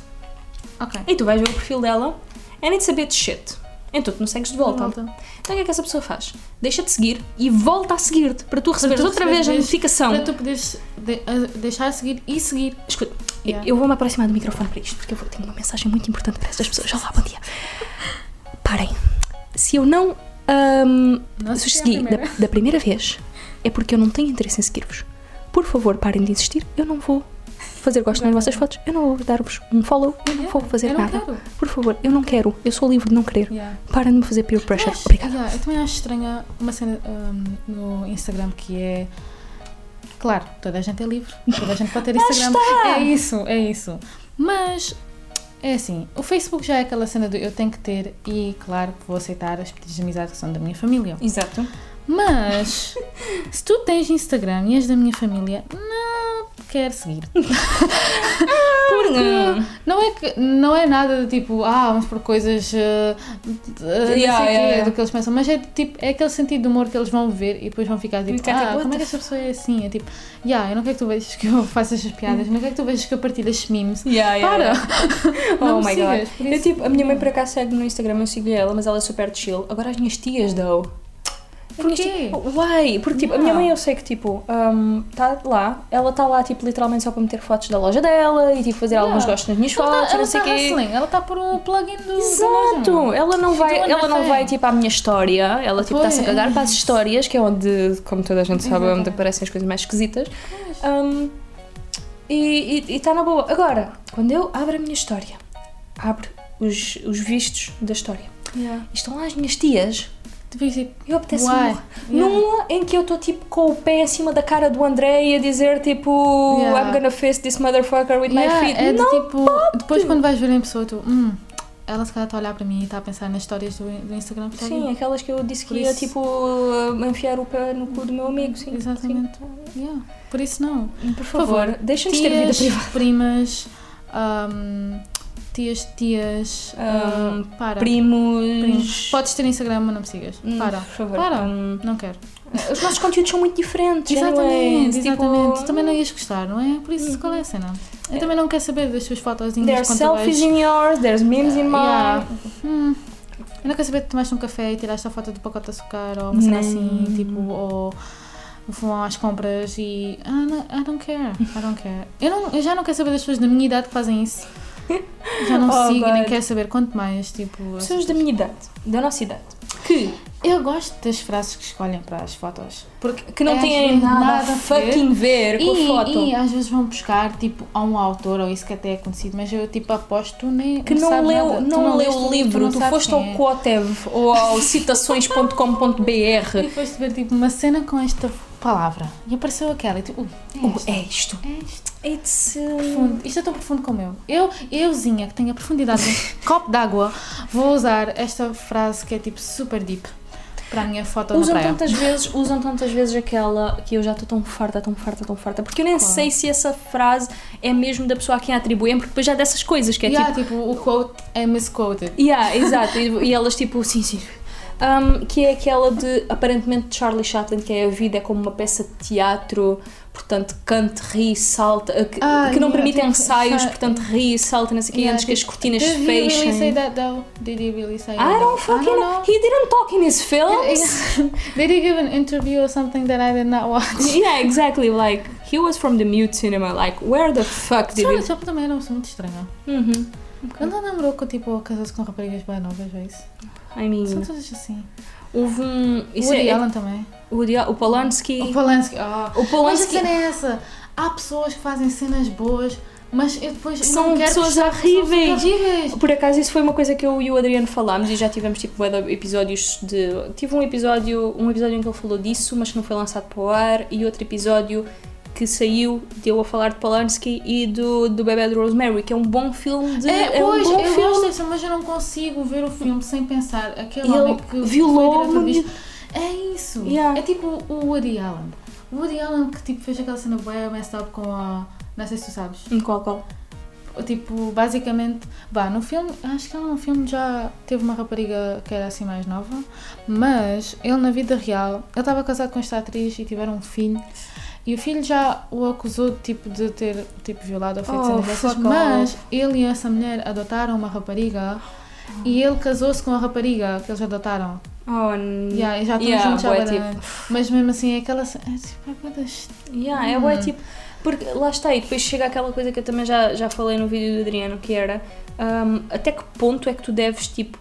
Ok.
e tu vais ver o perfil dela and it's a bit shit. Então tu não segues de volta. Então o que é que essa pessoa faz? Deixa-te seguir e volta a seguir-te para tu receberes
tu
outra vez a
receberes-
notificação.
Para tu poderes de- a- deixar seguir e seguir.
Escuta,
Yeah.
eu vou-me aproximar do microfone para isto, porque eu vou- tenho uma mensagem muito importante para estas pessoas. Olá, bom dia. Parem. Se eu não ahm,
Não
vos
assisti à
segui da,
primeira.
da primeira vez, é porque eu não tenho interesse em seguir-vos. Por favor, parem de insistir. Eu não vou fazer gosto nas vossas fotos. Eu não vou dar-vos um follow. Eu não
Yeah,
vou fazer
eu não
nada.
quero.
Por favor, eu não quero. Eu sou livre de não querer.
Yeah.
Parem de me fazer peer pressure.
Mas,
Obrigada.
yeah, eu também acho estranha uma cena hum, no Instagram que é. Claro, toda a gente é livre, toda a gente pode ter Instagram. É isso, é isso. Mas é assim, o Facebook já é aquela cena do eu tenho que ter e claro que vou aceitar as pedidos de amizade que são da minha família.
Exato.
Mas se tu tens Instagram e és da minha família, não te quero seguir. Porque não é, que, não é nada de tipo, ah, vamos por coisas. eh, de- eh, não
Yeah,
sei o quê,
yeah, yeah.
do que eles pensam, mas é, tipo, é aquele sentido de humor que eles vão ver e depois vão ficar tipo,
Ficar
ah,
tipo, what
como
the
é que esta pessoa é assim? É tipo, yeah, eu não quero que tu vejas que eu faço estas piadas, não quero que tu vejas que eu partilho as memes.
Yeah, yeah,
Para!
yeah. assim. oh
Não me
my
sigas,
god.
por
Eu,
isso-
tipo, a minha mãe por acaso segue no Instagram, eu sigo ela, mas ela é super chill. Agora as minhas tias dão.
Porquê?
Uai! Porque tipo, a minha
Yeah.
mãe eu sei que tipo, hum, tá lá, ela está lá tipo literalmente só para meter fotos da loja dela e tipo fazer
Yeah.
alguns gostos nas minhas
Ela tá
fotos,
está
não sei o quê.
ela está por um plugin do. da loja.
Exato! Ela não vai,
Então,
ela não
não é
vai
fé.
tipo à minha história, ela tipo está-se a
Pois.
cagar para as histórias, que é onde, como toda a gente sabe, é onde
Exatamente.
aparecem as coisas mais esquisitas. Hum, e está na boa. Agora, quando eu abro a minha história, abro os, os vistos da história,
Yeah.
e estão lá as minhas tias.
Tu vês, tipo,
Eu apetece
Uai,
morrer.
yeah.
Numa em que eu estou tipo com o pé acima da cara do André e a dizer tipo
Yeah.
I'm gonna face this motherfucker with
Yeah,
my feet.
é de
não,
tipo, depois quando vais ver em pessoa, tu, hum, ela se calhar está a olhar para mim e está a pensar nas histórias do, do Instagram. que tá está
sim,
ali.
aquelas que eu disse que
Por
ia
isso-
tipo enfiar o pé no cu do meu amigo, sim.
Exatamente. Yeah. Por isso não.
Sim. Por favor,
favor,
deixa-nos ter vida privada.
primas, hum, tias, tias,
Hum,
hum, para.
Primos.
Primos. Podes ter Instagram, mas não me sigas.
Hum,
Para.
Por favor.
Para.
Hum,
Não quero.
Os nossos conteúdos são muito diferentes.
Exatamente,
anyways,
exatamente.
Tipo,
Também não ias gostar, não é? Por isso, qual é a cena? Eu também não quero saber das tuas
There's
fotozinhas quando tu
selfies
vais...
in yours, there's memes in mine.
assim, Yeah. Hum. Eu não quero saber que tomaste um café e tiraste a foto do pacote de açúcar ou uma cena
Nem.
assim, tipo, ou vão às compras e. Ah, não, I don't care, I don't care. Eu, não, eu já não quero saber das pessoas da minha idade que fazem isso. Já não
Oh,
sigo, nem
God.
quero saber quanto mais, tipo.
Pessoas da minha idade, da nossa idade, que
Eu gosto das frases que escolhem para as fotos. Porque
Que não
às
têm
vezes
nada, a
É a
fucking ver com
e,
a foto.
e às vezes vão buscar tipo a um autor ou isso que até é conhecido, mas eu tipo aposto nem
que não
sabes
leu,
nada. Tu
não leu
leste
o livro, tu,
não sabes
foste
quem
ao
é.
Quotev ou ao citações.com.br.
e foste ver tipo uma cena com esta palavra e apareceu aquela e tipo, uh, é
Oh,
esta,
é isto.
é esta.
It's, uh,
Profundo. Isto é tão profundo como eu. Eu, euzinha, que tenho a profundidade de um copo d'água, vou usar esta frase que é tipo super deep para a minha foto
usam
na praia.
tantas vezes, usam tantas vezes aquela que eu já estou tão farta, tão farta, tão farta, porque eu nem sei se essa frase é mesmo da pessoa a quem a atribuem, porque depois já há dessas coisas que é
Yeah,
tipo,
tipo, o quote é misquoted.
yeah, exato, e, e elas tipo, sim, sim. Um, que é aquela de aparentemente de Charlie Chaplin, que é a vida é como uma peça de teatro, portanto cante, ri, salta, eh, que,
Ah,
que não
yeah,
permite
tipo,
ensaios,
sa-
portanto ri, salta, não sei o que,
Yeah,
antes que as
tipo,
cortinas
Did he really say
fechem.
that though? Did he really say
I
that?
don't
I
fucking
don't
know.
know.
He didn't talk in his films.
Did he give an interview or something that I did not watch?
yeah, exactly. Like he was from the mute cinema. Like where the fuck did
Charlie
he?
Chaplin também era um som muito estranho.
Uhum.
Quando ela namorou com, tipo, casou-se com raparigas bem novas, é isso?
I
São
mean,
todas assim.
houve um.
O
Isso
Woody
é,
Allen também.
Woody Allen- o Polanski.
O Polanski. ah.
O
Mas a
Polanski
cena é essa. Há pessoas que fazem cenas boas, mas eu depois
São
não quero
pessoas
gostar, porque são
horríveis.
horríveis.
Por acaso, isso foi uma coisa que eu e o Adriano falámos e já tivemos tipo bué de episódios de. Tive um episódio, um episódio em que ele falou disso, mas que não foi lançado para o ar, e outro episódio que saiu de eu a falar de Polanski e do, do Bebê de Rosemary, que é um bom filme de.
É, pois,
um bom
eu
filme.
gosto dessa, mas eu não consigo ver o filme sem pensar. Aquele
Ele
homem que
violou
foi diretor
uma
disto. É isso.
Yeah.
É tipo o Woody Allen. O Woody Allen que tipo, fez aquela cena boa messed up com a... Não sei se tu sabes.
Hum, Qual, qual?
Tipo, basicamente... Bah, no filme... Acho que ele no filme já teve uma rapariga que era assim mais nova. Mas ele na vida real... Ele estava casado com esta atriz e tiveram um filho. E o filho já o acusou tipo, de ter tipo, violado ou feito
Oh,
cenas dessas.
fuck
Mas ele e essa mulher adotaram uma rapariga. E ele casou-se com a rapariga que eles adotaram.
Oh, n-
Yeah, e já estão
Yeah,
juntos já
bué, tipo.
bué de anos. Mas mesmo assim, é aquela. ce- É tipo, é bué das-
Yeah, é bué, tipo. Porque lá está, e depois chega aquela coisa que eu também já, já falei no vídeo do Adriano, que era hum, até que ponto é que tu deves, tipo,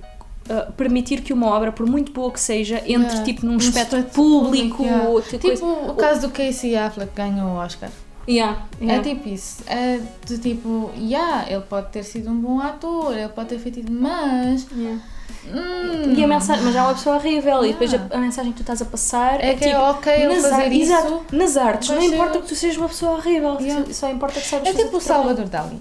uh, permitir que uma obra, por muito boa que seja, entre,
Yeah,
tipo, num
um
espectro
espectro
público,
yeah.
ou outra
Tipo
coisa.
o caso do Casey Affleck que ganhou o Oscar.
Yeah, yeah.
É tipo isso. É do tipo, yeah, ele pode ter sido um bom ator, ele pode ter feito, mas.
Yeah.
hum,
E a mensagem, mas já é uma pessoa horrível, e depois a,
Yeah.
a mensagem que tu estás a passar
é que
tipo,
é ok ele
nas, ar-
fazer isso.
exato, nas artes,
vai
não
ser-
importa que tu sejas uma pessoa horrível,
Yeah.
só- só importa que saibas
É
fazer
tipo o
teu trabalho.
Salvador Dali.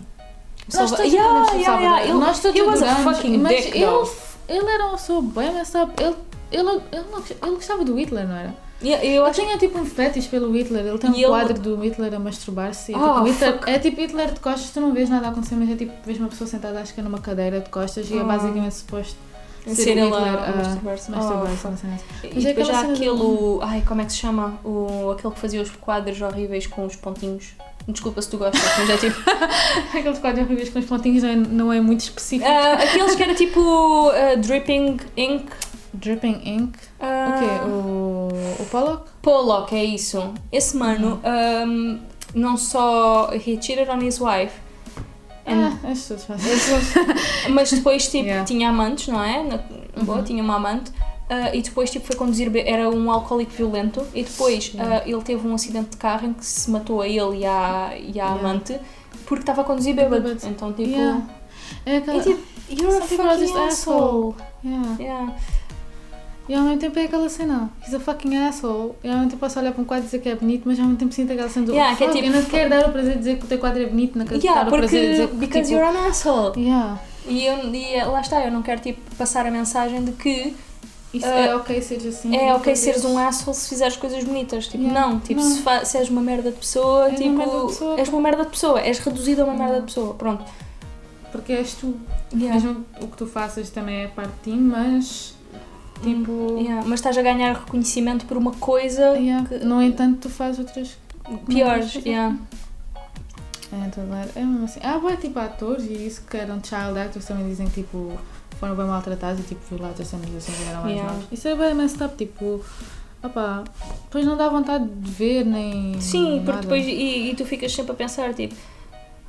Salva-
todos
Yeah,
adoramos o
yeah, yeah, ele-
Nós todos
he was a
adoramos,
fucking
mas
dick,
ele,
though.
ele era uma pessoa bem messed up. Ele, ele, ele, não gost- ele gostava do Hitler, não era?
Yeah, eu
Ele
acho
tinha tipo um fetiche pelo Hitler. Ele tem um
E ele-
quadro do Hitler a masturbar-se. e,
Oh,
tipo, Hitler-
fuck.
é tipo Hitler de costas, tu não vês nada a acontecer, mas é tipo, vês uma pessoa sentada, acho que é numa cadeira de costas e é
Oh.
basicamente suposto
Ser
ser
ele
o
a
Hitler a
masturbar-se.
masturbar-se.
Oh, fuck.
uma cena assim.
E
Mas é
depois já
aquela
aquele.
cena
Ai, como é que se chama? O, aquele que fazia os quadros horríveis com os pontinhos. Desculpa se tu gostas, mas é tipo.
Aqueles quadros horríveis com os pontinhos não é, não é muito específico.
Ah, aqueles que era tipo ah, Dripping Ink.
Dripping Ink.
ah,
O quê? O, o Pollock?
Pollock, é isso. Esse mano
Uhum.
ahm, não só he cheated on his wife, and-
Ah, as pessoas fazem.
mas depois tipo
Yeah. Uhum.
tinha amantes, não é? Na, na boa, tinha uma amante. ah, e depois tipo foi conduzir, be- era um alcoólico violento e depois ah, ele teve um acidente de carro em que se matou a ele e à, e à
Yeah.
amante porque estava a conduzir bêbado.
Bêbado.
Então tipo...
Yeah. É aquela...
E tipo, you're a
Some people are
fucking
just
asshole.
Yeah.
Yeah.
E ao mesmo tempo é aquela cena, he's a fucking asshole. E ao mesmo tempo posso olhar para um quadro e dizer que é bonito, mas ao mesmo tempo sinto aquela cena do
Yeah, que é
"Fuck,
tipo-
eu não te quero dar o prazer de dizer que o teu quadro é bonito, não quero
Yeah,
dar o prazer de
porque
dizer que
because
tipo,
you're an asshole.
yeah,
E, eu, e eh, lá está, eu não quero tipo passar a mensagem de que
isso
Uh,
é ok seres assim.
é ok
porque
seres um asshole se fizeres coisas bonitas. Tipo,
Yeah.
não, tipo,
Não.
Se, fa- se és uma merda de pessoa,
És uma
tipo,
merda de pessoa.
és uma merda de pessoa, és reduzida a uma merda de pessoa. Pronto.
Porque és tu.
Yeah.
Mesmo o que tu faças também é parte de ti, mas tipo.
Mm. Yeah, Mas estás a ganhar reconhecimento por uma coisa
yeah,
que-
No entanto, tu fazes outras
piores.
Não, não, não.
yeah.
É, então, é mesmo assim. Há bué, tipo atores e isso que eram child actors também dizem que tipo, foram bem maltratados e tipo violados as cenas assim quando eram mais
Yeah.
novos. Isso é bem messed up, tipo, opá, depois não dá vontade de ver nem.
Sim, porque
nada.
depois e, e tu ficas sempre a pensar, tipo,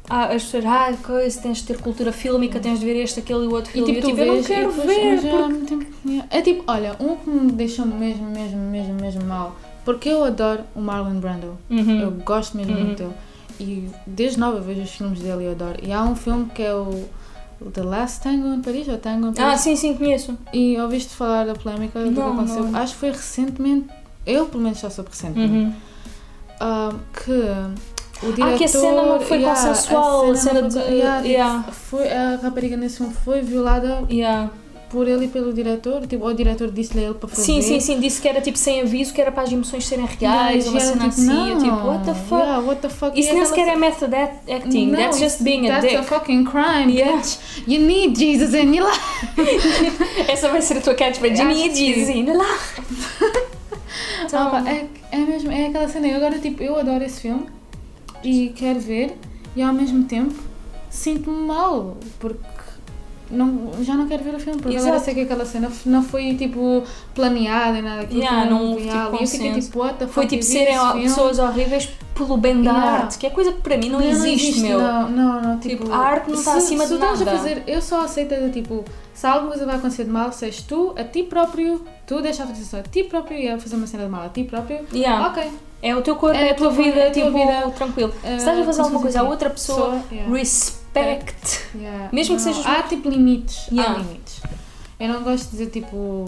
ah, as pessoas, ah, coisa, tens de ter cultura fílmica, tens de ver este, aquele e o outro
E
filme.
tipo,
eu,
tu
tipo, eu não
vês e
quero
depois,
ver,
mas já
porque
não tem- É tipo, olha, um que me deixou mesmo, mesmo, mesmo, mesmo mal. Porque eu adoro o Marlon Brando.
Uhum.
Eu gosto mesmo muito dele. E desde nova eu vejo os filmes dele e eu adoro. E há um filme que é o o The Last Tango em Paris, ou Tango em Paris.
Ah, sim, sim, conheço.
E ouviste falar da polémica do que
Não,
aconteceu?
não. Uhum.
Acho que foi recentemente. Eu, pelo menos, já soube recentemente. Ah, que o diretor.
Ah, que a cena não foi
yeah,
consensual, a cena
não foi-
de-
yeah, tipo,
yeah.
foi, a rapariga nesse filme foi violada
Yeah.
por ele e pelo diretor, tipo, ou o diretor disse-lhe a ele para fazer.
Sim, sim, sim, disse que era tipo sem aviso, que era para as emoções serem reais,
e
uma
ela,
cena
tipo,
assim,
não,
eu tipo, what the fuck?
yeah, what the fuck?
Isso
E
nem
aquela
sequer é
cena-
method act- acting, that's
Não,
just being a
that's
dick.
a fucking crime,
Yeah.
bitch. You need Jesus in your life.
Essa vai ser a tua catchphrase.
Eu
Jimmy e
acho que
Dizzy, ainda lá. Então,
Ah, pá, é, é mesmo, é aquela cena. Eu agora, tipo, eu adoro esse filme e quero ver, e ao mesmo tempo sinto-me mal, porque não, já não quero ver o filme, porque agora
Exato.
sei que aquela cena f- não foi, tipo, planeada e nada daquilo.
Yeah,
foi um
não houve,
real,
tipo,
e eu fiquei,
consenso.
tipo, what the
foi
fuck, eu
tipo
vi
serem
esse filme.
pessoas horríveis pelo bem da
Yeah.
arte, que é coisa que para mim não,
Não, não
existe, meu.
Não, não, não, tipo,
Tipo, a arte não tá
se-
acima
se
de
tu estás
nada.
A fazer, eu só aceito do tipo, se alguma coisa vai acontecer de mal, se és tu, a ti próprio, tu deixas de fazer só a ti próprio e a fazer uma cena de mal a ti próprio.
Yeah.
Ok.
É o teu corpo, é, a tua vida,
é a tua
tipo,
vida.
tranquilo.
Eh,
Se estás a fazer
como
alguma
se
coisa a
diz?
outra pessoa,
Pessoa, yeah.
respect.
Yeah,
Mesmo que
não,
sejas-
Há tipo limites.
Yeah.
Há limites. Eu não gosto de dizer tipo.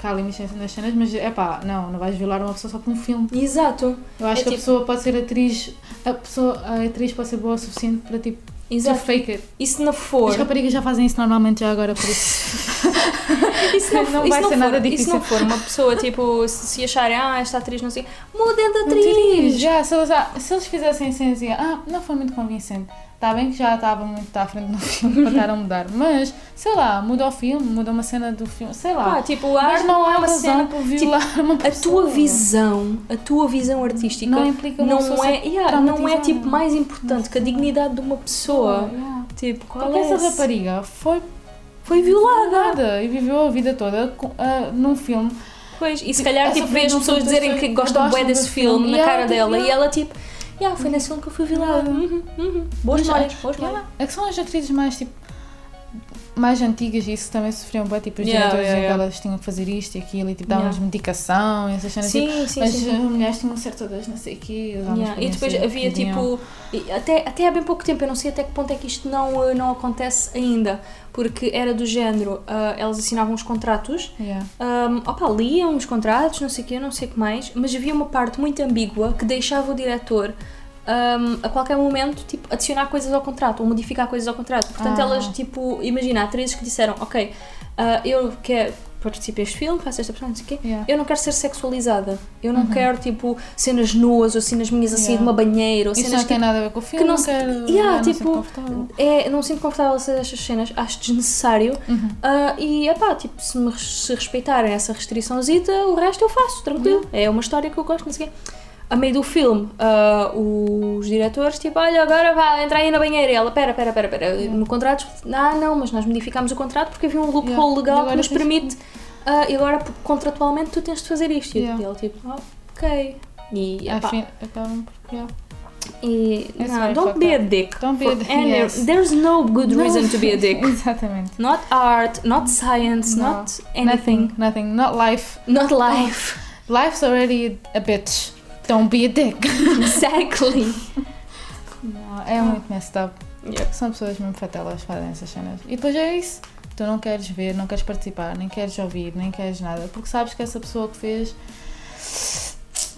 que há limites nas cenas, mas é pá, não, não vais violar uma pessoa só por um filme.
Exato.
Eu acho
É tipo-
que a pessoa pode ser atriz, a pessoa, a atriz pode ser boa o suficiente para tipo.
Exato.
To fake it.
E se não for?
As raparigas já fazem isso normalmente já agora, por isso.
E se não,
Não
e se
vai
não
ser
for,
nada
E se
difícil.
não for uma pessoa, tipo, se, se acharem, ah, esta atriz não sei. Mudem de
Atriz,
atriz!
já, se eles, se eles fizessem assim, assim, ah, não foi muito convincente. Está Tá bem que já estava muito à frente no filme para estar a mudar, mas sei lá, muda o filme, muda uma cena do filme, sei lá.
Pá, tipo, a
mas
arte
não
não
há
é uma
razão
cena. tipo,
por violar uma
A
pessoa.
tua visão, a tua visão artística
Não implica uma
não
pessoa
é,
ser
yeah, não é
traumatizada.
tipo mais importante que a dignidade de uma pessoa.
Yeah.
Tipo, qual
Porque
é
essa
esse?
rapariga foi
Foi violada.
nada e viveu a vida toda com- ah, num filme.
Pois, e se
essa
calhar tipo, vê as
foi
pessoas
uma
dizerem
pessoa
que
que
gostam
gostam
bem desse
do
filme
filme.
na
E ela,
cara
tipo,
dela e
yeah.
ela tipo, yeah, foi nesse filme que eu fui violada. Uhum, uhum. Boas
Mas,
memórias,
ah,
boas memórias.
É que são as atrizes mais tipo mais antigas e isso também sofriam bem, tipo os
Yeah,
diretores
yeah,
em que
yeah.
elas tinham que fazer isto e aquilo e tipo davam-lhes
Yeah.
medicação e essas cenas
Sim,
tipo,
sim,
mas
sim.
as mulheres tinham que ser todas não sei o quê os homens assim,
Yeah, E
podiam
depois
ser o que
havia
queriam.
tipo. e Até, até há bem pouco tempo, eu não sei até que ponto é que isto não, eh, não acontece ainda, porque era do género, ah, elas assinavam os contratos,
Yeah.
um, opa, liam os contratos, não sei o quê, não sei o que mais, mas havia uma parte muito ambígua que deixava o diretor um, a qualquer momento tipo, adicionar coisas ao contrato ou modificar coisas ao contrato. Portanto,
Ah.
elas, tipo, imagina, atrizes que disseram: Ok, ah, eu quero participar deste filme, faço esta personagem, não sei o quê,
Yeah. Uhum.
eu não quero ser sexualizada, eu não quero, tipo, cenas nuas ou cenas minhas assim
Yeah.
de uma banheira ou
isso
cenas tipo
não
que.
tem nada a ver com o filme
não
não
se-
quero
Yeah,
não ser
tipo,
confortável.
É, não sinto confortável a fazer estas cenas, acho desnecessário.
Uhum.
Ah, e é pá, tipo, se, me, res- se respeitarem essa restriçãozita, o resto eu faço, tranquilo. É uma história que eu gosto, não sei o quê. A meio do filme, ah, os diretores, tipo, olha, agora vá, entra aí na banheira. E ela, pera, pera, pera, pera. No contrato, ah, não, mas nós modificámos o contrato porque havia um loophole
Yeah.
legal que
Agora
nos
tens-
permite. ah, e agora, contratualmente, tu tens de fazer isto. E
Yeah.
ele, tipo, ah, ok. E, epá,
Afim- acabam por- yeah.
e
It's
não,
very
don't
fucked
be a
up.
dick.
Don't be a
For
dick,
any-
yes.
There's no good reason to be a dick.
exatamente
Not art, not science,
No.
not anything.
nothing nothing not life
Not life.
life's already a bitch don't be a dick
exactly.
Não, é muito messed up
Yeah.
São pessoas mesmo fatelas que fazem essas cenas. E depois é isso. Tu não queres ver, não queres participar, nem queres ouvir, nem queres nada, porque sabes que essa pessoa que fez.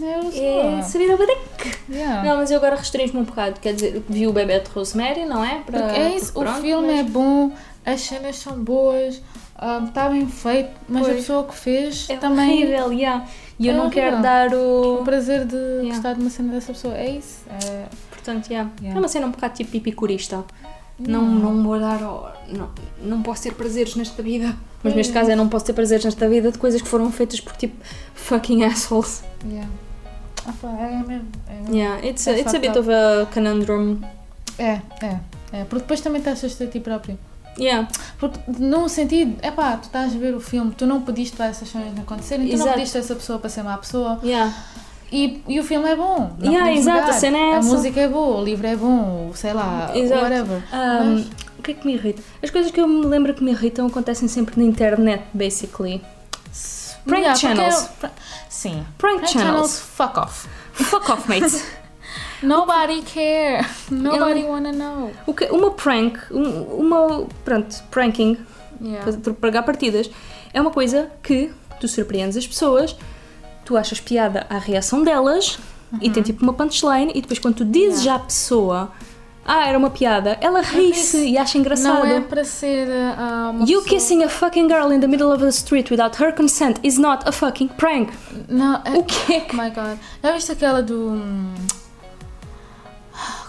Eu
É
sou.
subir a dick.
Yeah.
Não, mas eu agora restringo-me um bocado. Quer dizer, vi o bebê de Rosemary, não é? Pra-
Porque é isso,
pronto,
o filme
mas-
é bom, as cenas são boas, ah, está bem feito, mas a
Pois.
pessoa que fez
é
também.
horrível, yeah. E eu
É
não quero
horrível.
dar o...
O prazer de
Yeah.
gostar de uma cena dessa pessoa. É isso. É,
Portanto, yeah.
Yeah.
é uma cena um bocado tipo epicurista. Não, não vou dar. ao- Não, não posso ter prazeres nesta vida. Mas neste caso eu não posso ter prazeres nesta vida de coisas que foram feitas por tipo fucking assholes.
yeah. Ah, pá, é mesmo. É, mesmo.
Yeah, it's a,
É
it's a
fucked
bit of
up.
a conundrum.
é, é, é. Porque depois também te achas a ti próprio.
Yeah,
Porque, num sentido, é pá, tu estás a ver o filme, tu não pediste para essas cenas não acontecerem, tu
Exato.
não pediste a essa pessoa para ser má pessoa.
yeah.
E, e o filme é bom. não
Yeah,
podemos
exato,
negar.
a cena é
A
essa.
música é boa, o livro é bom, sei lá,
Exato.
whatever.
Ahm,
Mas-
O que é que me irrita? As coisas que eu me lembro que me irritam acontecem sempre na internet, basically. Prank
Yeah,
channels.
porque- pra- Sim.
Prank channels.
Fuck off.
Fuck off, mate.
Nobody care. Nobody
Eu-
wanna know.
O que- uma prank, um- uma. Pronto, pranking,
Yeah.
para para pagar partidas, é uma coisa que tu surpreendes as pessoas, tu achas piada à reação delas e tem tipo uma punchline e depois quando tu dizes à pessoa ah, era uma piada, ela ri-se e acha engraçado.
Não é para ser ah, uma
You
pessoa-
kissing a fucking girl in the middle of the street without her consent is not a fucking prank.
Não, é...
O que é que.
Oh my god. Já viste aquela do. hum,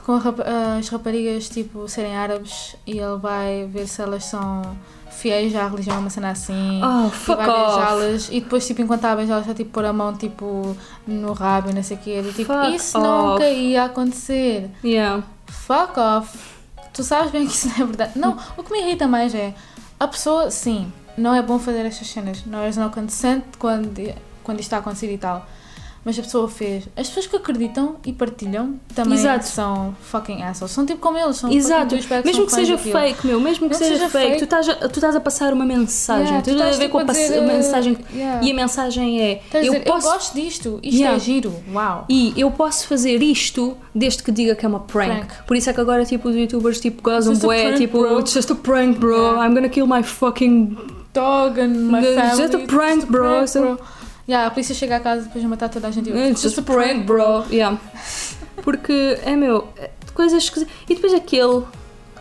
Com a rap- ah, as raparigas tipo serem árabes e ele vai ver se elas são fiéis à religião, uma cena assim.
Oh,
e
fuck
vai
off.
beijá-las e depois tipo enquanto está a beijá-las está tipo pôr a mão tipo no rabo e não sei o quê. Do Tipo,
Fuck
isso
off.
nunca ia acontecer.
Yeah.
Fuck off. Tu sabes bem que isso não é verdade. Não, o que me irrita mais é a pessoa, sim, não é bom fazer estas cenas. Não is not consent quando, quando isto está a acontecer e tal. Mas a pessoa fez. As pessoas que acreditam e partilham também
Exato.
são fucking assholes. São tipo como eles, são
Exato,
fucking douchebags,
mesmo
são
que
fãs
seja
daquilo.
fake, meu, mesmo que
Não
seja, fake, Tu,
fake.
estás a, tu estás a passar uma mensagem,
Yeah,
tu, estás a ver
tipo,
com a, pass-
dizer,
a mensagem
uh, yeah.
e a mensagem é
Estás a
eu
dizer,
posso
eu gosto disto, isto
Yeah.
é giro, uau.
E eu posso fazer isto desde que diga que é uma prank.
Prank.
Por isso é que agora tipo os youtubers tipo gozam
Just a
bué,
prank,
tipo
bro.
"It's just a prank bro,
Yeah.
I'm gonna kill my fucking
Dog and my
It's
family.
just a prank,
It's
bro. So-
Yeah, a polícia chega a casa depois de matar toda a gente. e eu,
It's Hum, just a prank bro. Yeah. Porque é meu, é de coisas que e depois aquele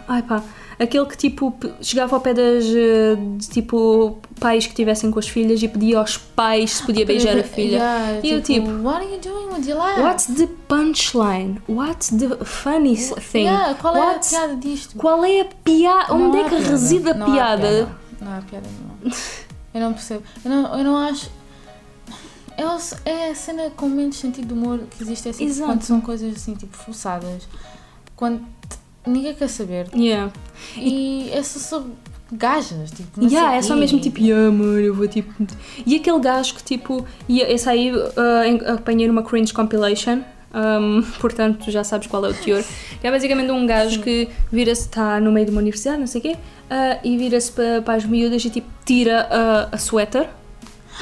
ai pá, aquele que tipo p- chegava ao pé das eh, de, tipo pais que tivessem com as filhas e pedia aos pais se podia beijar a filha.
Yeah,
E eu, tipo,
What are you doing with your life?
What's the punchline? What's the funny thing?
Yeah, qual é
What's-
a piada disto?
Qual é a piada?
Não
Onde
há
é que
piada,
reside a
não há
piada?
Não há piada nenhuma. Eu não percebo. Eu não, eu não acho. É o- É a cena com menos sentido de humor que existe é assim, tipo,
Exato.
quando são coisas assim, tipo, forçadas. Quando te- ninguém quer saber.
Yeah.
E é só sobre gajas, tipo, não
Yeah,
sei
é só
quê.
mesmo tipo, yeah, amor, eu vou tipo. E aquele gajo que tipo, ia, esse aí ah, em- apanhei numa cringe compilation, ahm, portanto já sabes qual é o teor. Que É basicamente um gajo que vira-se, está no meio de uma universidade, não sei o quê, ah, e vira-se para, para as miúdas e tipo, tira ah, a suéter.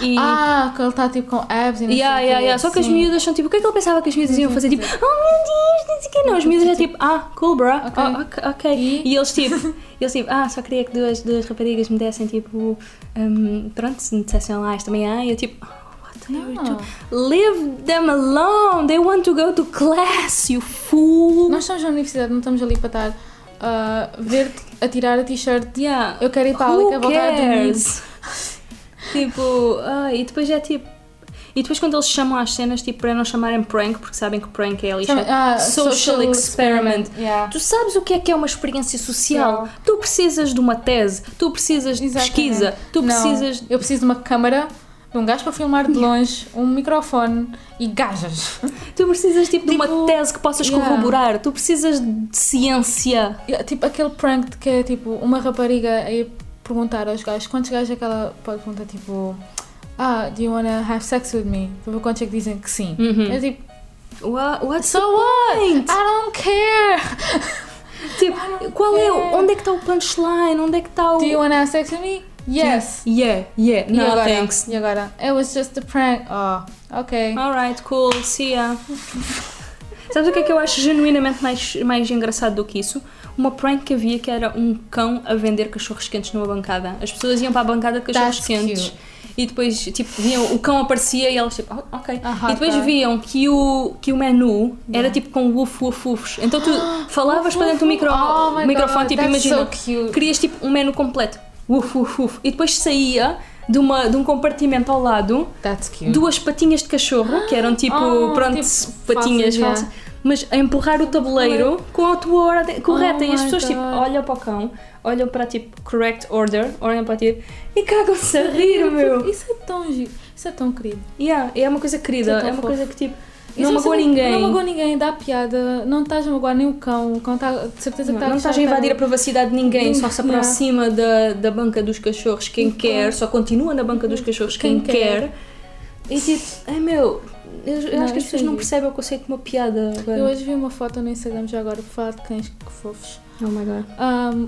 E,
Ah, que ele está tipo com abs e
Yeah,
não sei o
yeah,
quê,
yeah. Só que as
sim.
miúdas são tipo, o que é que ele pensava que as miúdas iam fazer? Tipo, oh meu Deus, não sei o quê. Não, as miúdas é tipo, ah, cool, bro. Ah,
Ok.
ok. ok.
E?
E? eles tipo, eles tipo, ah, só queria que duas, duas raparigas me dessem tipo, um, pronto, se me dissessem lá esta manhã. E eu tipo, oh, what the hell?
Não.
Leave them alone. They want to go to class, you fool.
Nós estamos na universidade, não estamos ali para estar a ver-te a tirar a t-shirt.
Yeah.
Eu quero ir para a
Who
Álica, voltar a dormir.
cares? tipo, ah, e depois é tipo. E depois quando eles chamam às cenas, tipo, para não chamarem prank, porque sabem que prank é lixo.
Ah,
social, experiment.
Yeah.
Tu sabes o que é que é uma experiência social?
Não.
Tu precisas de uma tese, tu precisas de
Exatamente.
pesquisa, tu
Não,
precisas.
Eu preciso de uma câmara, de um gajo para filmar de longe, um microfone e gajas.
Tu precisas tipo, de uma
Tipo,
tese que possas
yeah.
corroborar, tu precisas de ciência.
É tipo aquele prank de que é tipo uma rapariga a ir perguntar aos gajos quantos gajos é que ela pode perguntar tipo. Ah, do you wanna have sex with me? Para ver quantos é que dizem que sim.
Uhum.
É tipo,
Wha- What's
so what? I
point?
don't care!
Ah, Tipo, qual é? o-
care. Tipo,
Onde é que está o punchline? Onde é que está o.
Do you wanna have sex with me? Yes!
Yeah, yeah,
e
no
agora?
thanks.
E agora? It was just a prank. Oh, ok.
Alright, cool, see ya. Sabes o que é que eu acho genuinamente mais, mais engraçado do que isso? Uma prank que havia que era um cão a vender cachorros quentes numa bancada. As pessoas iam para a bancada de cachorros
That's
quentes.
cute.
E depois, tipo, viam, o cão aparecia e elas, tipo, "Oh, ok.
Ah, hot
e depois
dog.
viam que o, que o menu era tipo com woof, woof, woofs. Então tu falavas para dentro do micro,
Oh my God,
microfone, tipo,
that's
imagina.
so cute.
Querias tipo um menu completo. Woof, woof, woof. E depois saía de, uma, de um compartimento ao lado
That's cute.
duas patinhas de cachorro, que eram tipo,
Ah,
pronto,
tipo,
patinhas
falsas,
falsas, mas a empurrar o tabuleiro com a tua ordem correta. e as
Oh my
pessoas tipo,
God.
olham para o cão, olham para tipo, correct order, olham para ti e cagam-se a rir, meu.
Isso é tão giro. Isso é tão querido.
Yeah, é uma coisa querida,
Isso é tão
é uma
fofo.
coisa que tipo,
Isso é
não magoa
você
ninguém.
Não magoa ninguém, dá piada. Não estás a magoar nem o cão. O cão está de certeza tá que
Não estás a invadir a privacidade de ninguém, só se
Não.
aproxima da, da banca dos cachorros
Então.
quem quer, só continua na banca dos cachorros quem,
Quem
quer.
quer.
E tipo, ai meu, Eu, eu
Não,
acho que as
eu
pessoas não
sei disso.
percebem o conceito de uma piada. agora.
Eu hoje vi uma foto no Instagram já agora por falar de cães que fofos.
Oh my god.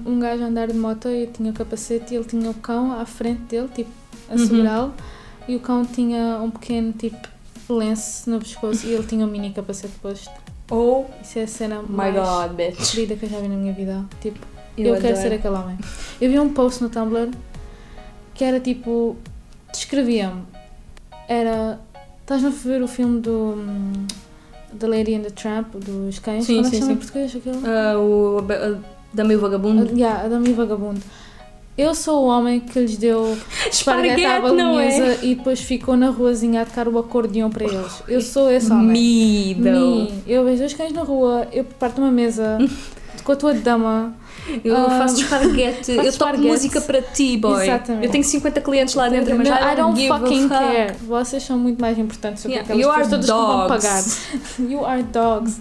Um, um gajo a andar de moto e tinha o capacete e ele tinha o cão à frente dele, tipo, a segurá-lo. E o cão tinha um pequeno, tipo, lenço no pescoço e ele tinha um mini capacete posto.
Oh
Isso é a cena
my
mais
god, bitch.
querida que eu já vi na minha vida. Tipo,
Eu
eu, quero
adoro.
ser aquele homem. Eu vi um post no Tumblr que era tipo. Descrevia-me. Era. Estás a ver o filme do. hum, The Lady and the Tramp, dos cães?
Sim,
Como é que
sim,
chama
sim.
em português aquilo?
Ah, o a, a, da meio vagabundo.
Ah, yeah, Adam e o Vagabundo. Eu sou o homem que lhes deu esparguete à
Esparguete, não é?
balinhesa e depois ficou na ruazinha a tocar o acordeão para eles. Eu sou
É
esse
né?
homem.
Mido.
Me. Eu vejo dois cães na rua, eu parto uma mesa com a tua dama.
Eu
Ah,
faço esparguete. eu toco
esparguete.
música para ti, boy.
Exatamente.
Eu tenho 50 clientes lá dentro, mas
Não,
I don't, give
fucking
a fuck.
care. Vocês são muito mais importantes do que
Yeah,
aquelas
you are
pessoas todas que vão
dogs.
pagar. You are dogs.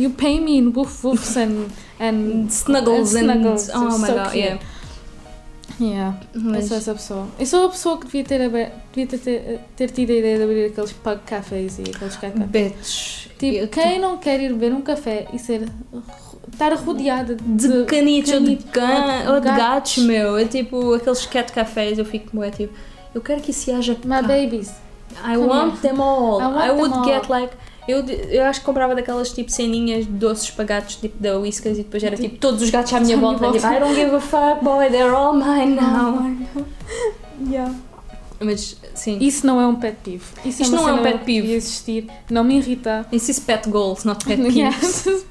You pay me in woof woofs and, and
Snuggles and,
And É snuggles.
oh my
So
god,
cute.
yeah.
yeah. Eu
Mas-
sou essa pessoa. Eu sou a pessoa que devia ter, aber- devia ter, ter, ter tido a ideia de abrir aqueles pug cafés e aqueles cafés.
Bitch.
Tipo,
Eu-
quem não quer ir beber um café e ser ro- estar rodeada de,
de canitos ou de,
canitos,
cã,
ou
ou de
gatos.
gatos, meu. É tipo aqueles cat cafés, eu fico como é tipo, eu quero que isso haja
My
cá.
babies.
I want them all.
I
I,
want them
would
all.
get like. Eu, de- eu acho que comprava daquelas tipo ceninhas de doces para gatos, tipo da Whiskas, e depois era tipo todos os gatos à minha
À minha
volta.
volta.
Tipo, I don't give a fuck, boy, they're all mine now.
Yeah.
Mas sim.
Isso não é um pet peeve. Isso
Isto
uma
não é um
cena
pet
que
peeve.
devia existir. Não me irrita.
This is pet goals, not pet
Yeah.
peeves.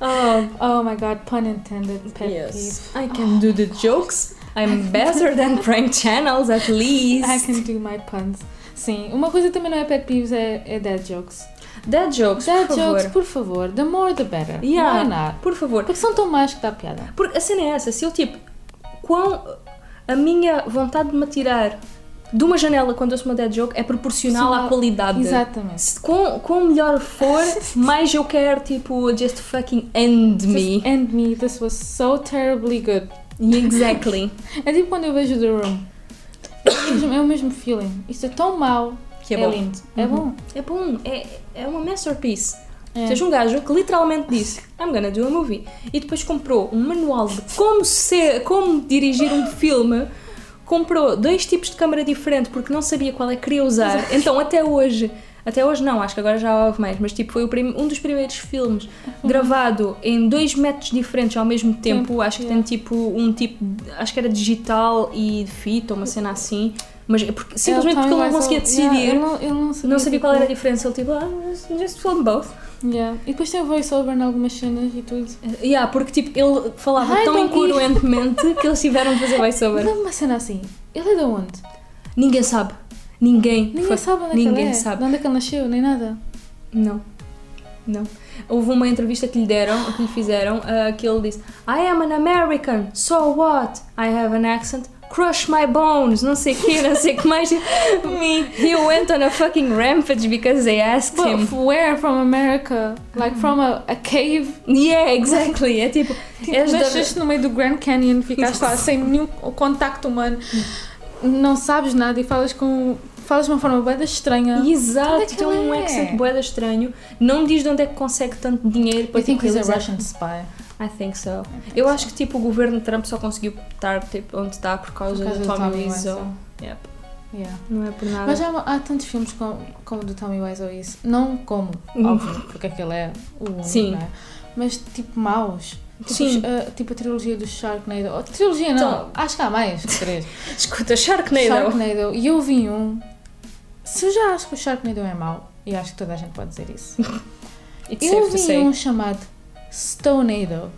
Oh,
oh my god, pun intended. Pet
yes. I can do the jokes. I'm better than prank channels, at
peeve.
least.
I can do my puns. Sim, uma coisa também não é pet peeves, é, é dead jokes.
Dead jokes,
Dead
Oh, por
jokes,
favor.
por favor, the more the better.
Yeah.
Why not?
Por favor.
Porque são tão más que dá piada.
Porque a cena é essa, se eu tipo, quão a minha vontade de me atirar de uma janela quando eu sou uma dead joke é proporcional à
Sim,
qualidade.
Exatamente.
Se com, com melhor for, mais eu quero tipo just fucking end me.
Just end me, this was so terribly good.
Exactly.
É tipo quando eu vejo The Room. É o mesmo- É o mesmo feeling. Isto é tão mau.
Que é bom.
lindo. É bom.
É bom, é, é uma masterpiece.
É.
Tens um gajo que literalmente disse I'm gonna do a movie e depois comprou um manual de como, ser, como dirigir um filme, comprou dois tipos de câmara diferente porque não sabia qual é que queria usar. Então até hoje, até hoje não, acho que agora já houve mais, mas tipo foi o prim- um dos primeiros filmes gravado em dois métodos diferentes ao mesmo tempo.
Uhum. Tempo,
acho que
yeah.
tem tipo um tipo, de- acho que era digital e de fita, uma cena assim. Mas é porque- simplesmente porque ele não conseguia decidir.
Yeah, ele não, ele não sabia,
Não sabia qual
tipo,
era a diferença, ele tipo, ah, just film both.
Yeah. E depois tem o voiceover em algumas cenas e tudo.
Yeah, porque tipo, ele falava
Ai,
tão
não vi.
incongruentemente que eles tiveram de fazer
Mas
voiceover.
é uma cena assim. Ele é de onde?
Ninguém sabe. Ninguém.
Ninguém
foi-
sabe onde é que
Ninguém
ele é.
sabe.
De onde é que ele nasceu, nem nada.
Não. Não. Houve uma entrevista que lhe deram, que lhe fizeram, ah, que ele disse I am an American, so what? I have an accent, crush my bones, não sei o que, não sei o que mais. Me. He went on a fucking rampage because they asked
But
him.
where from America?
Uhum.
Like from a, a cave?
Yeah, exactly. É tipo,
Tipo,
és da-
nasceste no meio do Grand Canyon, ficaste lá sem nenhum contacto humano.
Uhum.
Não sabes nada e falas com... Falas de uma forma bem estranha.
Exato,
Onde é que
tem
ela
um
é?
accent boeda estranho. Não diz de onde é que consegue tanto dinheiro para tipo,
Eu think he's a
realizar-
Russian spy.
I think so. eu acho que tipo o governo de Trump só conseguiu estar tipo, onde está por causa,
Por causa
do
do
Tommy,
Tommy
Wiseau.
Wiseau.
Yep.
Yeah.
Não é por nada.
Mas já há, há tantos filmes com- como o do Tommy Wiseau e isso. Não como,
Hum.
óbvio, porque aquele é o único,
Sim.
não é? Mas tipo maus. Tipo,
Sim.
os, ah, tipo a trilogia do Sharknado. Oh, trilogia não,
Então-
acho que há mais que três.
Escuta, Sharknado.
Sharknado. E eu vi um. Se eu já acho que o Sharknado é mau, e acho que toda a gente pode dizer isso.
It's
eu
safe to
vi
say.
um chamado Stonado.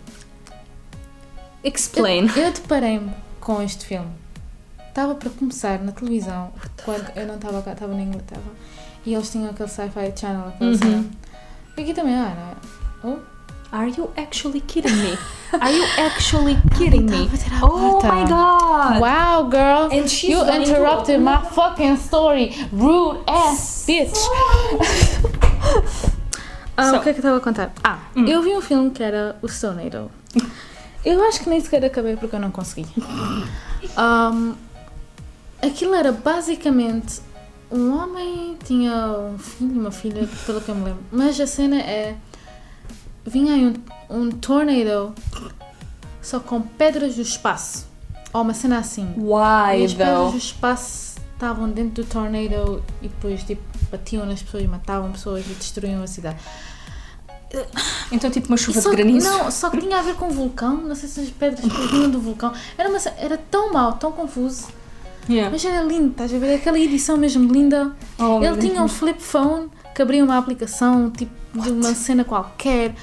Explain.
Eu, eu deparei-me com este filme. Estava para começar na televisão, quando eu não estava cá, estava na Inglaterra. E eles tinham aquele Sci-Fi Channel, aquela
Uhum.
cena. E aqui também há, não é? Oh,
Are you actually kidding me? Are you actually kidding
Tá,
me? Oh
porta.
my
Ah.
god!
Wow, girl!
And she's
you
going to-
interrupted my fucking story! Rude ass bitch! Ah,
So-
O que é que eu estava a contar? Ah, eu vi um filme que era o Sonado. Eu acho que nem sequer acabei porque eu não consegui. Um, aquilo era basicamente um homem tinha um filho e uma filha, pelo que eu me lembro. Mas a cena é. Vinha aí um, um tornado só com pedras do espaço. Ou uma cena assim. e
Why
as pedras do espaço estavam dentro do tornado e depois tipo, batiam nas pessoas, matavam pessoas e destruíam a cidade.
Então, tipo, uma chuva
Só
de
que-
granizo.
Não, só que tinha a ver com o vulcão. Não sei se as pedras vinham do vulcão. Era, uma ce- era tão mal, tão confuso.
Yeah.
Mas era lindo, estás a ver? Aquela edição mesmo linda.
Oh, meu
Ele
Deus.
tinha um flip phone que abria uma aplicação, tipo, de uma cena qualquer.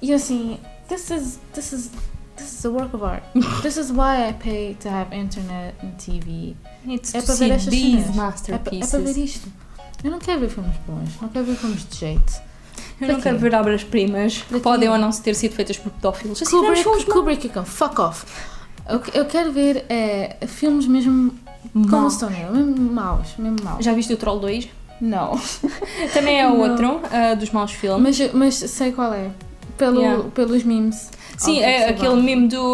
E eu assim, this is, this is, this is a work of art. this is why I pay to have internet and TV.
It's
É
to
para
see
ver estas
these
cenas. É, pa- é para ver
masterpieces.
isto. Eu não quero ver filmes bons, não quero ver filmes de jeito.
Eu não
Para
quero
quê?
ver obras-primas que
Para quê?
podem ou não ter sido feitas por pedófilos. Assim, vamos
Kubrick,
filmes
Kubrick e com fuck off. Eu, eu quero ver eh, filmes mesmo como
Mau.
estão, mesmo maus, mesmo maus.
Já viste o Troll 2?
Não.
Também é
Não.
outro ah, dos maus filmes.
Mas, mas sei qual é. Pelo,
Yeah.
Pelos memes.
Sim,
Óbvio,
é
sei
aquele
lá.
meme do.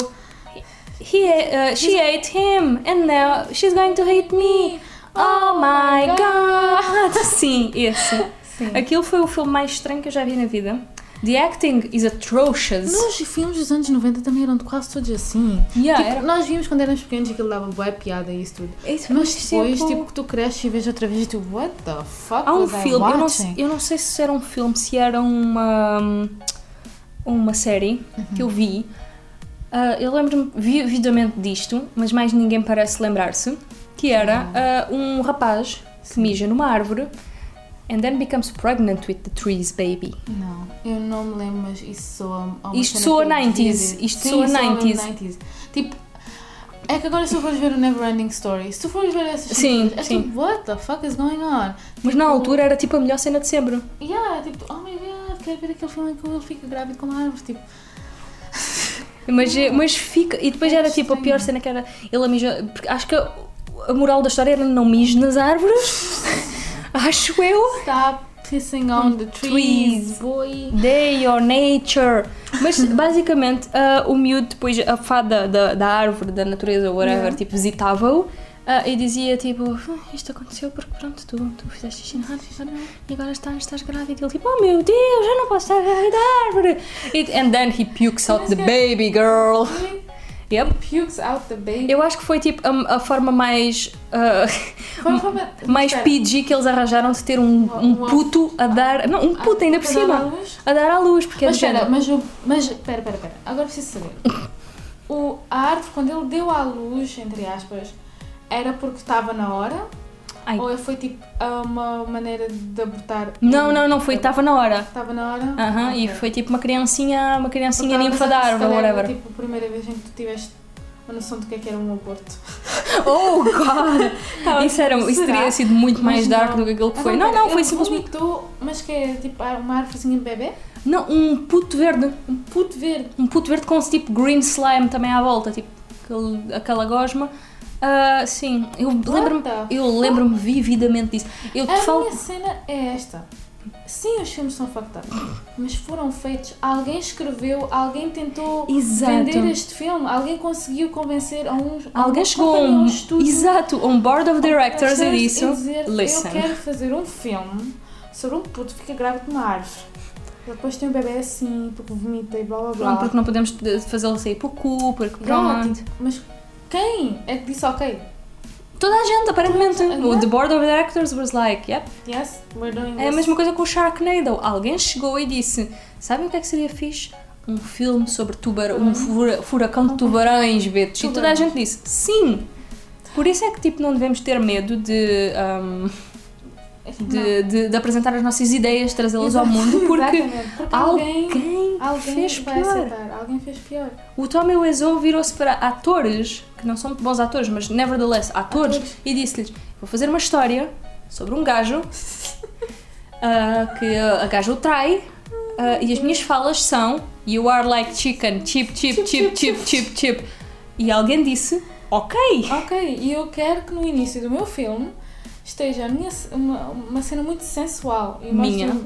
He, uh, she ate him and now she's going to hate me. Oh my god! Sim, esse.
Sim.
Aquilo foi o filme mais estranho que eu já vi na vida. The acting is atrocious.
Nos filmes dos anos 90 também eram quase todos assim.
Yeah,
Tipo,
Ah, era-
Nós vimos quando éramos pequenos e aquilo dava boa piada e isso tudo.
Isso,
Mas depois,
tipo,
tipo, que tu cresces e vês outra vez e tu, what the fuck?
Há um
was I
filme, eu não,
é watching?"
eu não sei se era um filme, se era uma, uma série que eu vi. Ah, eu lembro-me vi- vividamente disto, mas mais ninguém parece lembrar-se, que era ah, um rapaz que mija numa árvore and then becomes pregnant with the trees baby.
Não, eu não me lembro, mas isso soa. a uma
Isto
cena
soa
que eu
90s,
devia ver.
isto
Sim,
soa
soa mesmo
90s.
90s. Tipo, é que agora se tu fores ver o Neverending Story, se tu fores ver essas
Sim,
coisas,
sim.
é tipo, what the fuck is going on?
Mas na altura era tipo a melhor cena de sempre.
Yeah, tipo, oh my god, quero ver aquele filme em que ele fica grávido com uma árvore, tipo.
Mas, mas fica. E depois
É
era tipo a pior cena
estranho.
que era. Ele a mijar. porque Acho que a, a moral da história era não mije nas árvores. acho eu.
Stop pissing on the
Trees.
trees, boy.
Day or nature. Mas basicamente ah, o miúdo, depois a fada da, da árvore, da natureza, ou whatever, tipo, visitava-o ah, e dizia tipo: "Ah, Isto aconteceu porque pronto, tu, tu fizeste isto errado e agora estás, estás grávida. E ele tipo: Oh meu Deus, eu não posso estar grávida da árvore. It- and then he pukes out the baby girl. Yep.
Pukes out the baby.
Eu acho que foi tipo a, a forma mais. ah,
Qual foi a-
mais
Espera.
PG que eles arranjaram de ter um, um
Uma-
puto a dar. Não, um puto ainda por
Ah, a dar à
cima.
luz?
A dar à luz, porque é
Mas
do género.
espera, mas o. Mas espera, espera, espera. Agora preciso saber. O, a árvore, quando ele deu à luz, entre aspas, era porque estava na hora?
Ai.
Ou foi tipo uma maneira de abortar? um
Não, não, não foi, estava na hora.
Estava na hora?
Aham, e
Ok.
foi assim tipo uma criancinha, uma criancinha
Porque
ninfa
ela
da
pensava que
árvore,
se calhar
whatever.
Era, tipo, a primeira vez em que tu tiveste uma noção do que é que era um aborto.
Oh god! isso, era, isso
tipo, será?
teria sido muito
Mas
mais dark
não. tá é
do que aquilo que
Mas
foi.
espera,
Não, não, foi
ele
simplesmente.
vomitou, mas que é tipo uma árvorezinha de bebê?
Não, um puto verde.
Um puto verde.
Um puto verde com tipo green slime também à volta, tipo aquele- aquela gosma. Ah, sim, eu lembro-me
the
eu lembro-me vividamente disso. Eu te
A
falo.
minha cena é esta. Sim, os filmes são fucked up, mas foram feitos. Alguém escreveu, alguém tentou
Exato.
vender este filme, alguém conseguiu convencer a uns. a
Alguém
uma
chegou a
companhia,
um.
estúdio,
Exato, a um board of directors e
Directors
disse:
dizer,
Listen.
Eu quero fazer um filme sobre um puto que fica grávido de uma árvore. Ele Depois tem um bebê assim, porque vomita e blá blá blá.
Pronto, porque não podemos de- fazê-lo sair para o cu, porque
Yeah,
pronto.
tipo, mas quem é que disse ok?
Toda a gente, aparentemente.
Toda a gente.
O The Board of Directors was like, yep.
Yes, we're doing
É a
this.
mesma coisa com o Sharknado. Alguém chegou e disse: Sabem o que é que seria fixe? Um filme sobre tubarão, um fura- furacão de tubarões, betos. E toda a
Uhum. Tubarões.
gente disse: Sim! Por isso é que tipo, não devemos ter medo de, ahm,
Enfim, Assim, não.
de, de- de apresentar as nossas ideias, trazê-las ao
Exato,
mundo, porque
exatamente, porque
alguém,
alguém, alguém
fez
vai
pior.
aceitar, alguém fez pior.
O Tommy Wiseau virou-se para atores, que não são muito bons atores, mas nevertheless, atores,
Atores.
e disse-lhes: Vou fazer uma história sobre um gajo ah, que ah, a gajo o trai, ah, e as minhas falas são: You are like chicken, chip, chip, chip, chip, chip, chip. E alguém disse: Ok.
Ok, e eu quero que no início do meu filme esteja a minha, ce- uma, uma cena muito sensual e mostre-
Minha.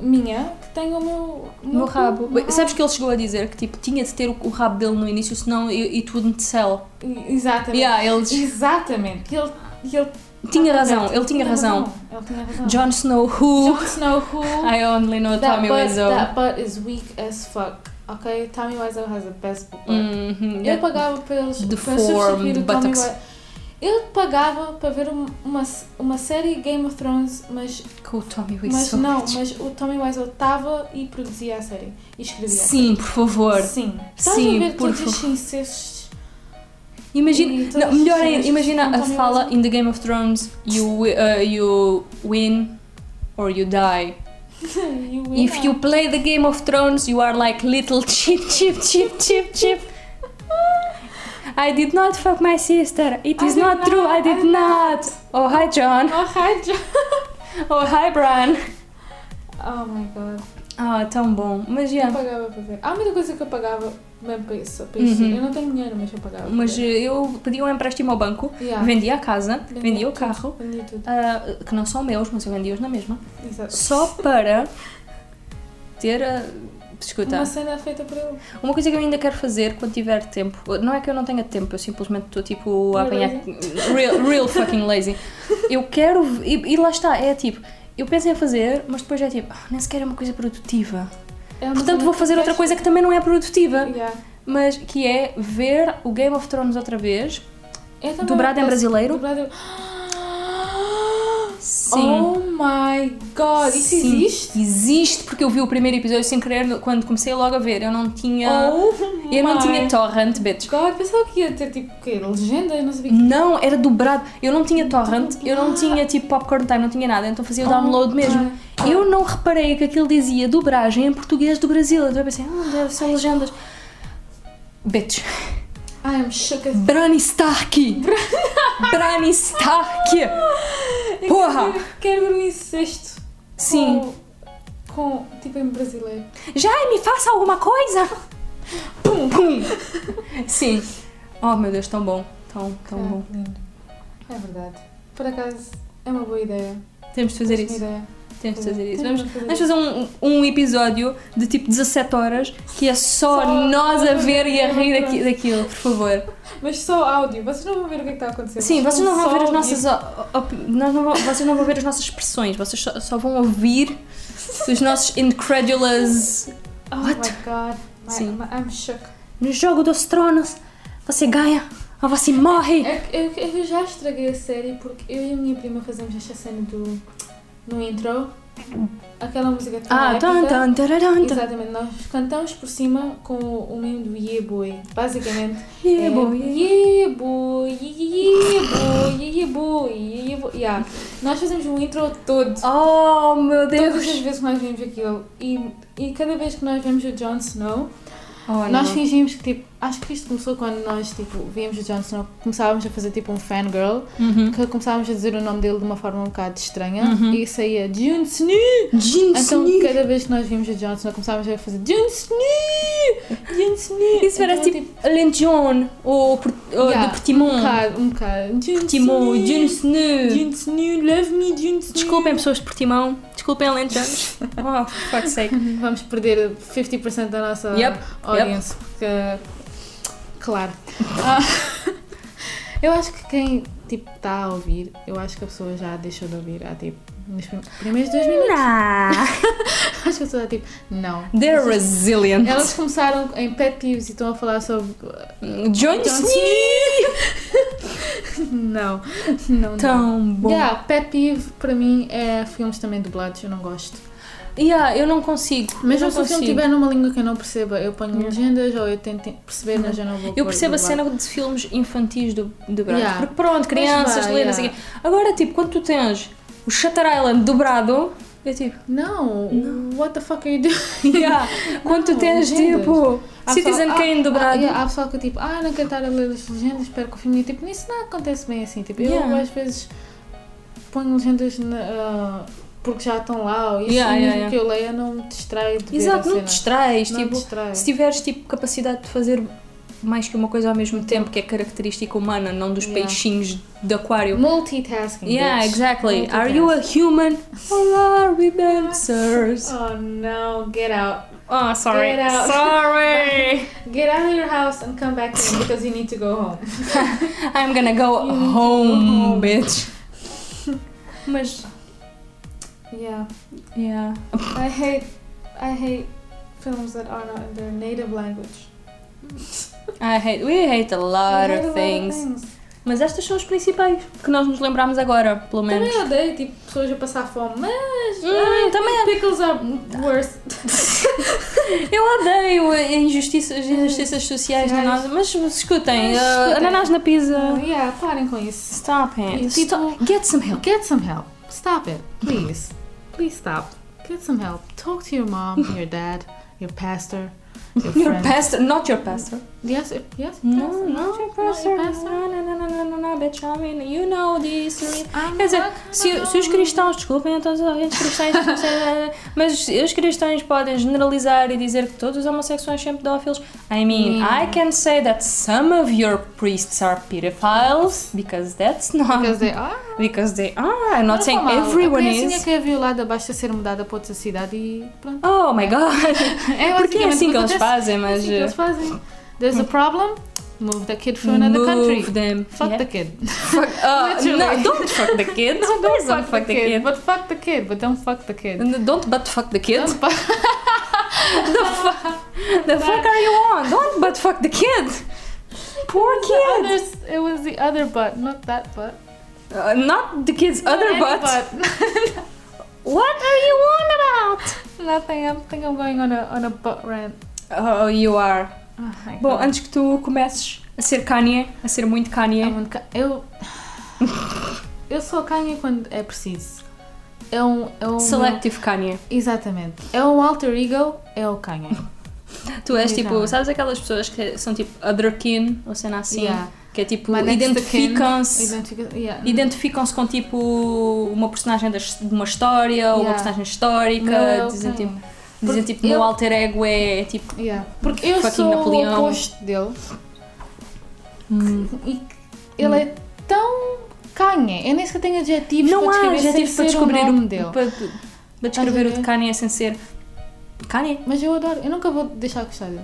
minha que tenha o meu, o
No
cu,
rabo.
o meu
Sabes que ele chegou a dizer que tipo, tinha de ter o, o rabo dele no início, senão it it wouldn't sell.
rabo. Exatamente.
Yeah, eles.
Exatamente. Que ele, que ele
Tinha razão, ele tinha razão.
Ele tinha razão.
Jon Snow, who?
Jon Snow who?
I only know
that
Tommy
butt,
Wiseau.
That butt is weak as fuck. Ok, Tommy Wiseau has the best butt.
Uhum,
Eu
that-
pagava pelos
The
pra substituir
formed
o Tommy
buttocks.
Wiseau. Eu pagava para ver um- uma, uma série Game of Thrones, mas,
Com o Tommy
mas
Wiseau.
não, mas o Tommy Wiseau estava e produzia a série. E escrevia.
Sim, por favor.
Sim. Estás
Sim,
a ver
por
todos os incestos. E
Imagina,
todas
não, melhor
as cenas
ainda, imagina
com
a
Tommy
fala
Wiseau.
in The Game of Thrones: you, wi- uh, you win or you die. If you play the Game of Thrones, you are like little chip, chip, chip, chip, chip. I did not fuck my sister. It
I
is
did
not,
not,
true. I did
I did
not. Oh hi John.
Oh, hi, John.
Oh hi Bran.
Oh my god.
Ah, tão bom. Mas
Eu
yeah.
pagava para ver. Há muita coisa que eu pagava mesmo para isso. Para isso.
Uhum.
Eu não tenho dinheiro, mas eu pagava.
Mas
para
eh, eu pedi um empréstimo ao banco,
ver. yeah.
vendi a casa,
Vendi
vendi o
tudo.
carro,
Vendi tudo.
ah, que não são meus, mas eu vendi-os na mesma,
Exato.
só para ter. ah, escuta.
Uma cena é feita por ele.
Uma coisa que eu ainda quero fazer quando tiver tempo, não é que eu não tenha tempo, eu simplesmente estou tipo a apanhar. Real, real fucking lazy. Eu quero. E, e lá está, é tipo. Eu penso em fazer, mas depois é tipo, "Ah, nem sequer é uma coisa produtiva.
É uma
Portanto,
cena
vou
que
fazer outra
queres-
coisa que também não é produtiva,
Yeah.
mas que é ver o Game of Thrones outra vez.
Eu também
Dobrado em é
penso-
brasileiro?
Dobrado em...
Sim.
é- Oh my god, isso
Sim,
existe?
Existe, porque eu vi o primeiro episódio sem querer no- quando comecei logo a ver. Eu não tinha.
Oh
eu não
my
tinha torrent, bitch.
God, pensava que ia ter tipo o quê? Legendas? Não sabia.
Não, era dobrado. Eu não tinha torrent, eu não tinha tipo popcorn time, não tinha nada, então fazia o download mesmo. Eu não reparei que aquilo dizia dobragem em português do Brasil. Então eu pensei, ah, deve ser legendas. Bitch.
I am shook as
Bran Stark! Bran Stark! Porra!
Eu Quero ver um incesto.
Sim.
Com, com, tipo em brasileiro.
Jaime, faça alguma coisa! Pum, pum! Sim. Oh meu Deus, tão bom. Tão, tão
Ah,
bom.
lindo. É verdade. Por acaso, é uma boa ideia.
Temos de fazer
Tens uma
isso.
ideia.
é. Temos de fazer isso.
Temos
Vamos,
de fazer
vamos fazer um, um episódio de tipo 17 horas que é só,
Só
nós a ver e a
nós a ver.
rir daqui- daquilo, por favor.
Mas só áudio. Vocês não vão ver o que é que está a acontecer.
Sim, vocês não vão
só
ver as
ouvir.
nossas. o- op- Nós não vão, vocês não vão ver as nossas expressões, vocês só, só vão ouvir os nossos incredulous.
Oh
What?
my god. My,
Sim.
my- I'm shook.
No jogo dos tronos, você ganha ou você morre.
É que- é que- é que eu já estraguei a série porque eu e a minha prima fazemos esta cena do. no intro. Aquela música toda
Ah,
épica.
tan, tan, tararan, tan.
Exatamente, nós cantamos por cima com o meme do Yeah Boy. Basicamente.
Yeah,
é,
boy.
Yeah Boy, Yeah Boy, Yeah Boy, Yeah Boy. Yeah. Nós fazemos um intro todo.
Oh meu
Todas
Deus!
as vezes que nós vemos aquilo e, e cada vez que nós vemos o Jon Snow,
Oh,
nós
não.
fingimos que tipo, acho que isto começou quando nós tipo, víamos o Jon Snow, começávamos a fazer tipo um fangirl,
Uhum.
que começávamos a dizer o nome dele de uma forma um bocado estranha
Uhum.
e saía Jon Snow!
Jin
Então
Snow.
cada vez que nós víamos o Jon Snow começávamos a fazer Jon Snow! Jon Snow!
Isso
Então,
era tipo Legion ou, Port- ou
Yeah,
de Portimão.
Um bocado, um bocado. Jon
Portimão,
Snow,
Jun Snow.
Jon Snow, love me, Jon Snow!
Desculpem pessoas de Portimão, desculpem Lentianos. Oh, for fuck's sake.
Vamos perder 50% da nossa
Yep,
audience, porque. Claro. Ah, eu acho que quem tipo, está a ouvir, eu acho que a pessoa já deixou de ouvir há tipo. Nos prim- primeiros dois minutos,
Nah.
acho que a pessoa está tipo. Não.
They're resilient.
Elas começaram em pet peeves e estão a falar sobre.
John
John Não, não, não.
Tão bom. Yeah.
Yeah, pet peeve para mim é filmes também dublados, eu não gosto.
eu não consigo.
Mesmo
eu
se o
não
filme
consigo.
estiver numa língua que eu não perceba, eu ponho
Yeah.
legendas ou eu tento perceber, mas eu não vou.
Eu
pôr
percebo a
dublado.
cena de filmes infantis do, do Brasil.
Yeah.
Porque pronto, crianças,
vá,
ler, não
yeah.
sei o quê. Agora, tipo, quando tu tens o Shutter Island dobrado, eu tipo,
Não, what the fuck are you doing?
yeah. quando tu
Não,
tens
legendas.
tipo Citizen
pessoal-
Kane
ah,
dobrado.
Ah, yeah, há pessoal que tipo, ah, não quero estar a ler as legendas, espero que o filme. Tipo, isso não acontece bem assim. Tipo, eu
Yeah.
às vezes ponho legendas na- ah, porque já estão lá, ou isso
Yeah,
mesmo
yeah, yeah.
que eu leia não me distrai de ver a
Exato, não
ah, cena.
te distrais.
Não
tipo,
te distrai.
Se tiveres tipo, capacidade de fazer mais que uma coisa ao mesmo tempo, que é característica humana, não dos
Yeah.
peixinhos de aquário.
Multitasking.
Yeah,
bitch.
exactly. Are you a
Multitasking.
human or are we dancers?
Oh no, get out.
Oh, sorry.
Get out.
Sorry.
Get out of your house and come back to me because you need to go home.
I'm gonna go
You need to go
home,
home.
bitch. Mas.
Yeah.
Yeah.
I hate I hate films that are not in their native language.
I hate. We hate a lot
I hate a lot
of
of
things. Mas estas são as principais que nós nos lembramos agora, pelo menos.
Também odeio tipo pessoas a passar fome, mas
Hum,
ai,
também-
pickles are worse.
Eu odeio injustiças, injustiças sociais na
Sociais.
nossa. Mas escutem,
Mas
ah,
escutem.
ananás na
Oh,
pizza.
yeah, parem com isso.
Stop it.
Isso.
Stop. Get some help.
Get some help. Stop it, please. Please stop. Get some help. Talk to your mom, your dad, your pastor, your,
Your
friend.
pastor, not your pastor.
Yes, it- yes. it
No,
does.
not your pastor. No, no, no, no, no, no, no, bitch. I mean, you know this.
I'm
Quer dizer,
not gonna
se, se os
know.
cristãos, desculpem, então, os cristãos, não sei, eh, mas os cristãos podem generalizar e dizer que todos os homossexuais são pedófilos. I mean, I can say that some of your priests are pedophiles because that's not.
Because they are.
Because they are. I'm not
Não
saying
foi mal.
everyone
a criancinha
is.
que é violada basta ser mudada para outra cidade e pronto.
Oh my god.
É
Porque é
basicamente
assim
o
que eles
acontece.
fazem,
É
mas. eh,
assim que eles fazem. There's a problem, move the kid to another country.
Move them.
Fuck
Yeah.
the kid.
Fuck, uh,
Literally.
no, don't fuck the kid. no, don't fuck, the, kid.
But fuck the kid, but don't fuck the kid.
N- Don't but fuck the kid.
Don't fuck-
the fuck, the fuck are you on? Don't but fuck the kid. Poor kid.
Others, Oh, it was the other butt, not that butt.
Uh, not the kid's other
Any
butt.
butt.
What are you on about?
Nothing, I think I'm going on a, on a butt rant.
Oh, you are.
Oh my
Bom,
God.
antes que tu comeces a ser Kanye, a ser muito Kanye.
É muito ca- Eu. Eu sou canha quando é preciso. É um. É um
Selective Kanye.
Exatamente. É um alter ego, é o Kanye.
Tu és tipo,
Exato.
sabes aquelas pessoas que são tipo other kin, ou cena assim,
Yeah.
que é tipo,
My next
identificam-se
Identifica yeah.
identificam-se com tipo uma personagem das- de uma história ou uma
Yeah.
personagem
Não,
histórica,
é o
dizem
Kanye.
tipo, dizem
Porque
tipo, meu
eu-
alter ego é tipo,
Yeah. Porque eu
Fucking
sou
Napoleão. Hum.
o oposto dele. E que ele é tão Kanye. Eu nem sequer tenho adjetivos
não
para
há
descrever sem
adjetivos para
ser
descobrir
o nome
um
dele.
para, para descrever o
a
de
ver?
Kanye sem ser Kanye.
Mas eu adoro. Eu nunca vou deixar de gostar dele.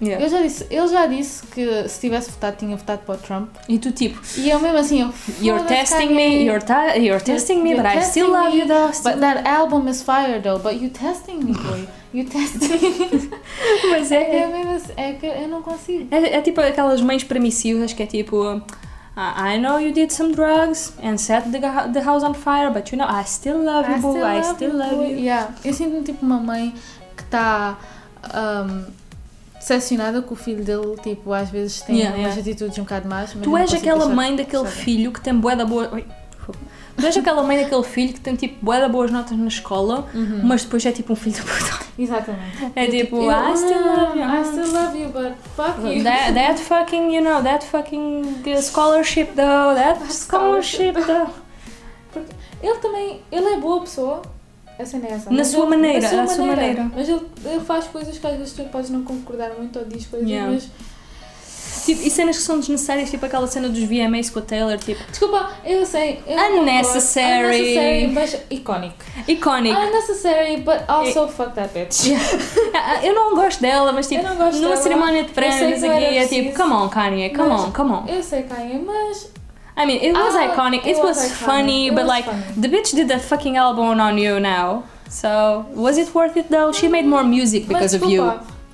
Yeah.
Eu já disse, ele já disse que se tivesse votado, tinha votado para o Trump.
E tu tipo,
E eu mesmo assim, eu,
you're
"Foda-se,
testing
Kanye."
me, you're, ta- you're testing me,
You're
but I
testing
still love
me,
you though.
But that album is fire though, but you testing me, boy. You testing me.
Mas
é,
é,
mesmo assim, é que eu não consigo.
É, é tipo aquelas mães permissivas que é tipo. I I know you did some drugs and set the, ga- the house on fire, but you know, I still love you, boo, I still
you,
love
boy.
you.
Yeah. Eu sinto-me tipo uma mãe que está um, decepcionada que o filho dele, tipo, às vezes tem
Yeah,
umas
yeah.
atitudes um bocado más. mas
Tu
não
és
consigo
aquela
deixar-
mãe daquele
deixar.
filho que tem bué da boa. Oi, fogo. Tu és aquela mãe daquele filho que tem tipo bué da boas notas na escola,
Uhum.
mas depois é tipo um filho da puta.
Exatamente.
É
Eu,
tipo,
eu,
I still love you. ah."
I still love you, but fuck you.
That, that fucking, you know, that fucking uh, scholarship though, that scholarship
scholarship.
though.
Porque ele também, ele é boa pessoa. A cena é essa.
Na
Mas
sua
ele-
maneira,
na sua
à sua
maneira.
maneira.
Mas ele, ele faz coisas que às vezes tu podes não concordar muito ou diz coisas,
Yeah.
mas...
Tipo, e cenas que são desnecessárias, tipo aquela cena dos VMAs com a Taylor, tipo,
Desculpa, eu sei. Eu não
Unnecessary.
concordo. Unnecessary, Ah, mas icónico.
icónico.
Unnecessary, but also fuck that bitch.
Ah, Eu não gosto dela, mas tipo,
Eu não gosto
numa
dela.
cerimónia de
Eu sei que
prémios
não
aqui
era
é tipo,
preciso.
come on, Kanye, come
Mas-
on, come on.
Eu sei quem é, mas...
I mean, it was
Ah,
iconic, it,
it
was,
was iconic.
funny,
It
but
was
like,
funny.
the bitch did that fucking album on you now. So, was it worth it though? She made more music because
mas,
of you.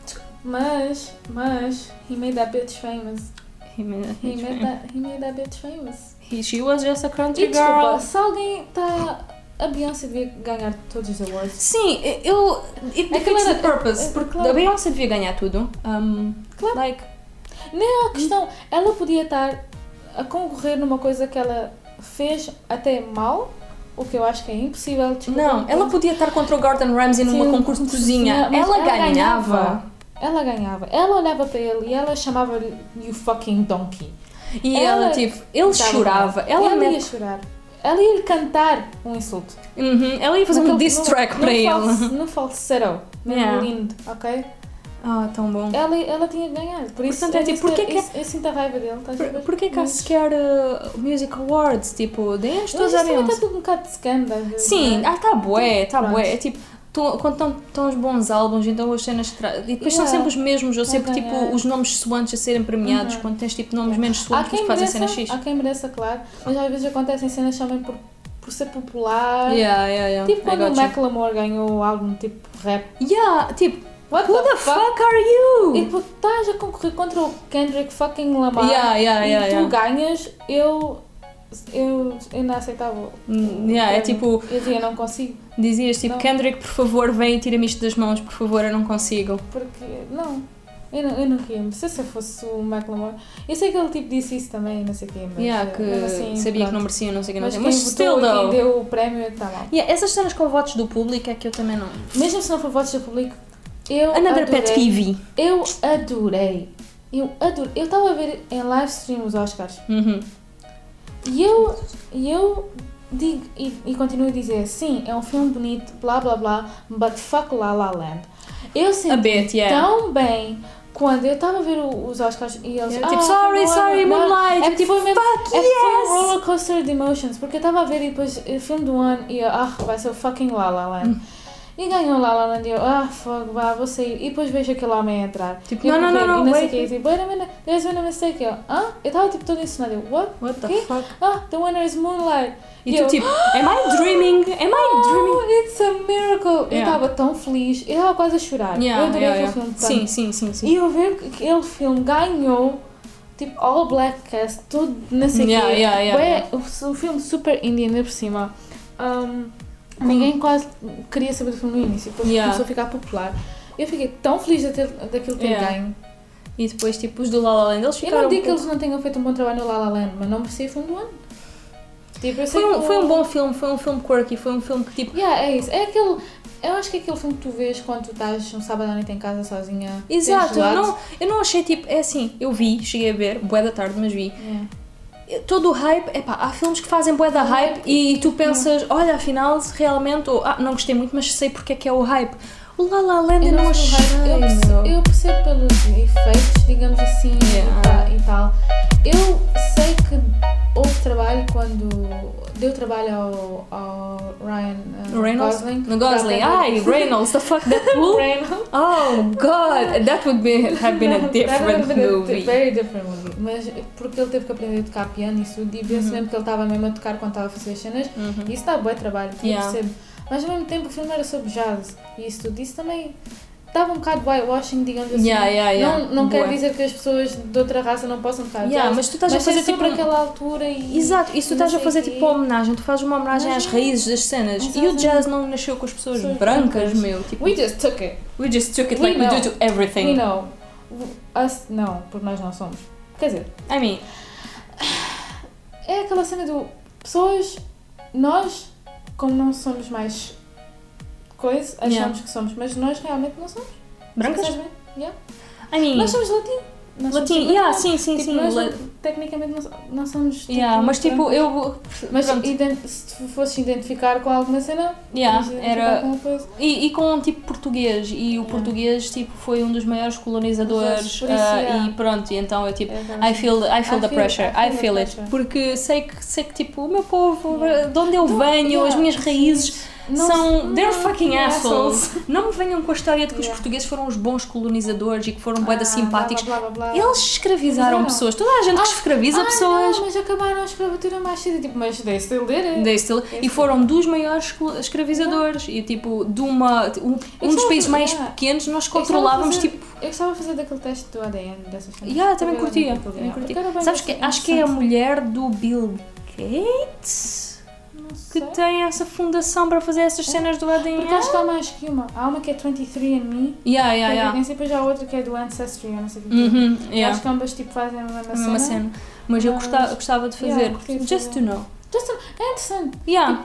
desculpa. Mas, mas, he made that bitch famous.
He made,
He,
he
made, that, he made that bitch famous.
he- she was just a country
E desculpa,
girl.
se alguém está... A Beyoncé devia ganhar todos os awards.
Sim, eu. It
É
defeats
claro,
the purpose.
é- é
porque
claro.
a Beyoncé devia ganhar tudo. Um,
Claro.
Like,
Nem a questão, ela podia estar a concorrer numa coisa que ela fez até mal, o que eu acho que é impossível. desculpa.
não, ela podia estar contra o Gordon Ramsay num
Sim,
concurso de cozinha.
mas
Ela, ganhava.
Ela ganhava. Ela olhava para ele e ela chamava-lhe You fucking donkey.
E ela,
Ela
tipo, ele
Estava
chorava.
mal.
Ela,
Ela
met-
ia chorar. Ela ia lhe cantar um insulto.
Uhum, ela ia fazer um
Naquele-
diss
no-
track
no
para ele.
false- No falsetto. Mesmo
Yeah.
lindo, ok?
Ah, tão bom.
Ela, ela tinha de ganhar. Por isso,
Portanto, é
eu
tipo, porquê
disse que
que-
eu, eu sinto a raiva dele. estás a
Por,
ver?
porquê que há
Mas-
sequer uh, Music Awards? Tipo, deem as
Mas
tuas
isso também está
aviões.
tudo um bocado de escândalo. às vezes, não é?
Sim, ah, tá bué, tá
Pronto.
bué. É tipo, tão- quando estão os bons álbuns, então as cenas. Tra... E depois são
Yeah.
sempre os mesmos, ou sempre tipo
ganhar.
os nomes soantes a serem premiados, quando tens tipo nomes menos
Há
soantes
Uhum. Ah, quem,
que fazem
mereça,
cenas X.
há quem mereça, claro, mas às vezes acontecem cenas também por, por ser popular.
Yeah, yeah, yeah. É
Tipo
I
quando o
got you.
Macklemore ganhou o álbum tipo rap.
Yeah, tipo,
What
who the fuck are you?
E tu estás a concorrer contra o Kendrick fucking Lamar
Yeah, yeah,
e
yeah,
tu
yeah.
ganhas, eu, eu, eu não aceitava.
Hum, yeah, é tipo-
Eu dizia, não consigo,
Dizias tipo,
Não.
Kendrick, por favor, vem e tira-me isto das mãos, por favor, eu não consigo.
porque não. Eu não, eu não ria-me, se eu fosse o Macklemore. Eu sei que ele tipo disse isso também, não sei o quê, mas
Yeah, que
mesmo assim,
sabia que não
pronto.
merecia, não sei o que, não
Mas
sei
quem
o quê. Mas
votou
still,
e quem
though.
deu o prémio está mal.
Yeah, essas cenas com votos do público é que eu também não.
Mesmo se não for votos do público, eu
Another
Então, adorei.
pet peeve.
Eu adorei. Eu adorei. Eu estava a ver em live stream os Oscars.
Uhum.
E eu, e eu digo e, e continuo a dizer, sim, é um filme bonito, blá blá blá, but fuck La La Land. Eu
A
senti
bit, yeah.
tão bem quando eu estava a ver o- os Oscars e eles. "Ah,
Era tipo, sorry, sorry, Moonlight." Tipo,
É que foi mesmo.
Fuck
é que
yes!
foi um roller coaster de emotions, porque eu estava a ver e depois eh, filme do ano e eu, ah, vai ser o fucking La La
Hum.
Land. E ganhou La La Land e eu, ah, fuck, vá, vou sair. E depois vejo aquele homem entrar.
Tipo,
E eu
não, não,
vou ver,
não,
e
não,
sei
wait.
quê, e tipo, wait a minute, there's been a mistake. Eu, ah, eu estava tipo toda ensinada. Eu, what?
What the
Quê?
fuck?
Ah, the winner is Moonlight.
E tu tipo, am I dreaming? Am I dreaming?
Oh, it's a miracle! Eu
Yeah.
estava tão feliz, eu estava quase a chorar. eu
Yeah,
adorei
yeah,
aquele
yeah.
filme tanto.
Sim, sim, sim, sim.
E eu ver que aquele filme ganhou, tipo, all black cast, tudo, não sei o
Yeah,
quê.
yeah, yeah,
Bué-
yeah.
O, o filme super indie ainda por cima. Um, ninguém quase queria saber do filme no início, depois
Hum. Yeah.
começou a ficar popular. Eu fiquei tão feliz de ter, daquilo ter
Yeah.
ganho.
E depois, tipo, os do La La Land, eles
Eu
ficaram.
não digo
um
que
pouco-
eles não tenham feito um bom trabalho no La La Land, mas não merecia o filme do ano. Tipo, eu sei
Foi um,
que o-
foi um bom filme, foi um filme quirky, foi um filme que tipo.
Yeah, é isso. É aquele. Eu acho que é aquele filme que tu vês quando tu estás um sábado à noite em casa sozinha. tens
Exato, eu
gelado.
não, eu não achei tipo. É assim, eu vi, cheguei a ver, boé da tarde, mas vi.
Yeah.
Todo o hype, epá, há filmes que fazem boé da hype e tu pensas, olha, afinal, se realmente, ou ah, não gostei muito, mas sei porque é que é o hype. O La La Land eu, não
sou
achei.
raiva, eu, perce-
meu.
eu percebo pelos efeitos, digamos assim,
Yeah.
e, ta- e tal. Eu sei que houve trabalho quando. Deu trabalho ao, ao Ryan uh,
Reynolds?
Gosling.
No Gosling. uh! Ai, Reynolds, the fuck that fool?
Reynolds.
Oh god, that would be, have been a different
That would have been a
movie.
Very different movie. Mas porque ele teve que aprender a tocar piano e tudo, e
Uhum.
vê-se mesmo que ele estava mesmo a tocar quando estava a fazer as cenas, e isso dá bom trabalho, eu
Yeah.
percebo. Mas ao mesmo tempo o filme era sobre jazz e isso tudo, isso também dava um bocado de whitewashing, digamos assim.
Yeah, yeah, yeah.
Não, não quero
Bué.
dizer que as pessoas de outra raça não possam tocar
Yeah,
jazz,
mas tu estás a fazer
é sobre
tipo um-
aquela altura e.
Exato, e se tu
e não
estás a
sei
fazer
quê.
tipo uma homenagem, tu fazes uma homenagem às raízes das cenas. E o
Exato.
jazz não nasceu com as pessoas
Pessoas
brancas,
brancas.
meu. Tipo,
We just took it.
we just took it
we
like we
know.
do to
We
everything.
know. Us, não, porque nós não somos. Quer dizer,
I mean,
É aquela cena do pessoas, nós, como não somos mais coisa, achamos
Yeah.
que somos, mas nós realmente não somos.
brancas?
Sabes bem? Yeah.
I mean,
Nós somos latino. Nós somos
latim,
latino.
yeah, sim, sim,
Tipo,
sim.
nós
la-
não- tecnicamente não, so- não somos. Tipo,
Yeah, mas tipo,
brancos.
eu.
Mas
pronto.
ident- se tu fosses identificar com alguma cena,
Yeah,
podias identificar
era.
com uma coisa.
E, e com tipo português, e o
Yeah.
português tipo, foi um dos maiores colonizadores,
Por isso,
ah,
yeah.
e pronto, e então eu tipo,
É aquela
I feel, I feel the
I feel-
pressure, I feel,
the
it.
pressure.
Porque sei que, sei que, tipo, o meu povo,
Yeah.
de onde eu
Não,
venho,
yeah,
as minhas
sim.
raízes
Não-
são. They're
não-
fucking
não é
assholes.
assholes.
Não me venham com a história de que os
Yeah.
portugueses foram os bons colonizadores e que foram boeda
Ah,
simpáticos.
blá, blá, blá, blá.
Eles escravizaram
Não.
pessoas. Toda a gente que escraviza
ah,
pessoas.
Não, mas acabaram a escravatura mais cedo. Tipo, mas they still did it.
Desse, e
Esse-
foram dos maiores escra- escravizadores. E tipo, de uma, um, um dos
estava a
países
fazer-
mais
yeah.
pequenos, nós
Eu gostava de
controlávamos
fazer-
tipo.
Eu gostava de fazer daquele teste do ADN dessas cenas.
Yeah, também
Eu
curtia.
adoro
Também
aquilo,
curtia.
porque era bem
Sabes que acho que é a
interessante.
mulher do Bill Gates
Não
que
sei. É.
tem essa fundação para fazer essas cenas do ADN.
Porque acho que há mais que uma. Há uma que é 23andMe,
Yeah, yeah,
que é
yeah.
pertence, e depois há outra que é do Ancestry, eu não sei o que.
Uhum, yeah.
Acho que ambas tipo, fazem a mesma,
A mesma cena. Mas eu
Mas-
gostava, gostava de fazer.
Yeah, curti de
just to
fazer.
know.
Just a- é interessante.
Yeah.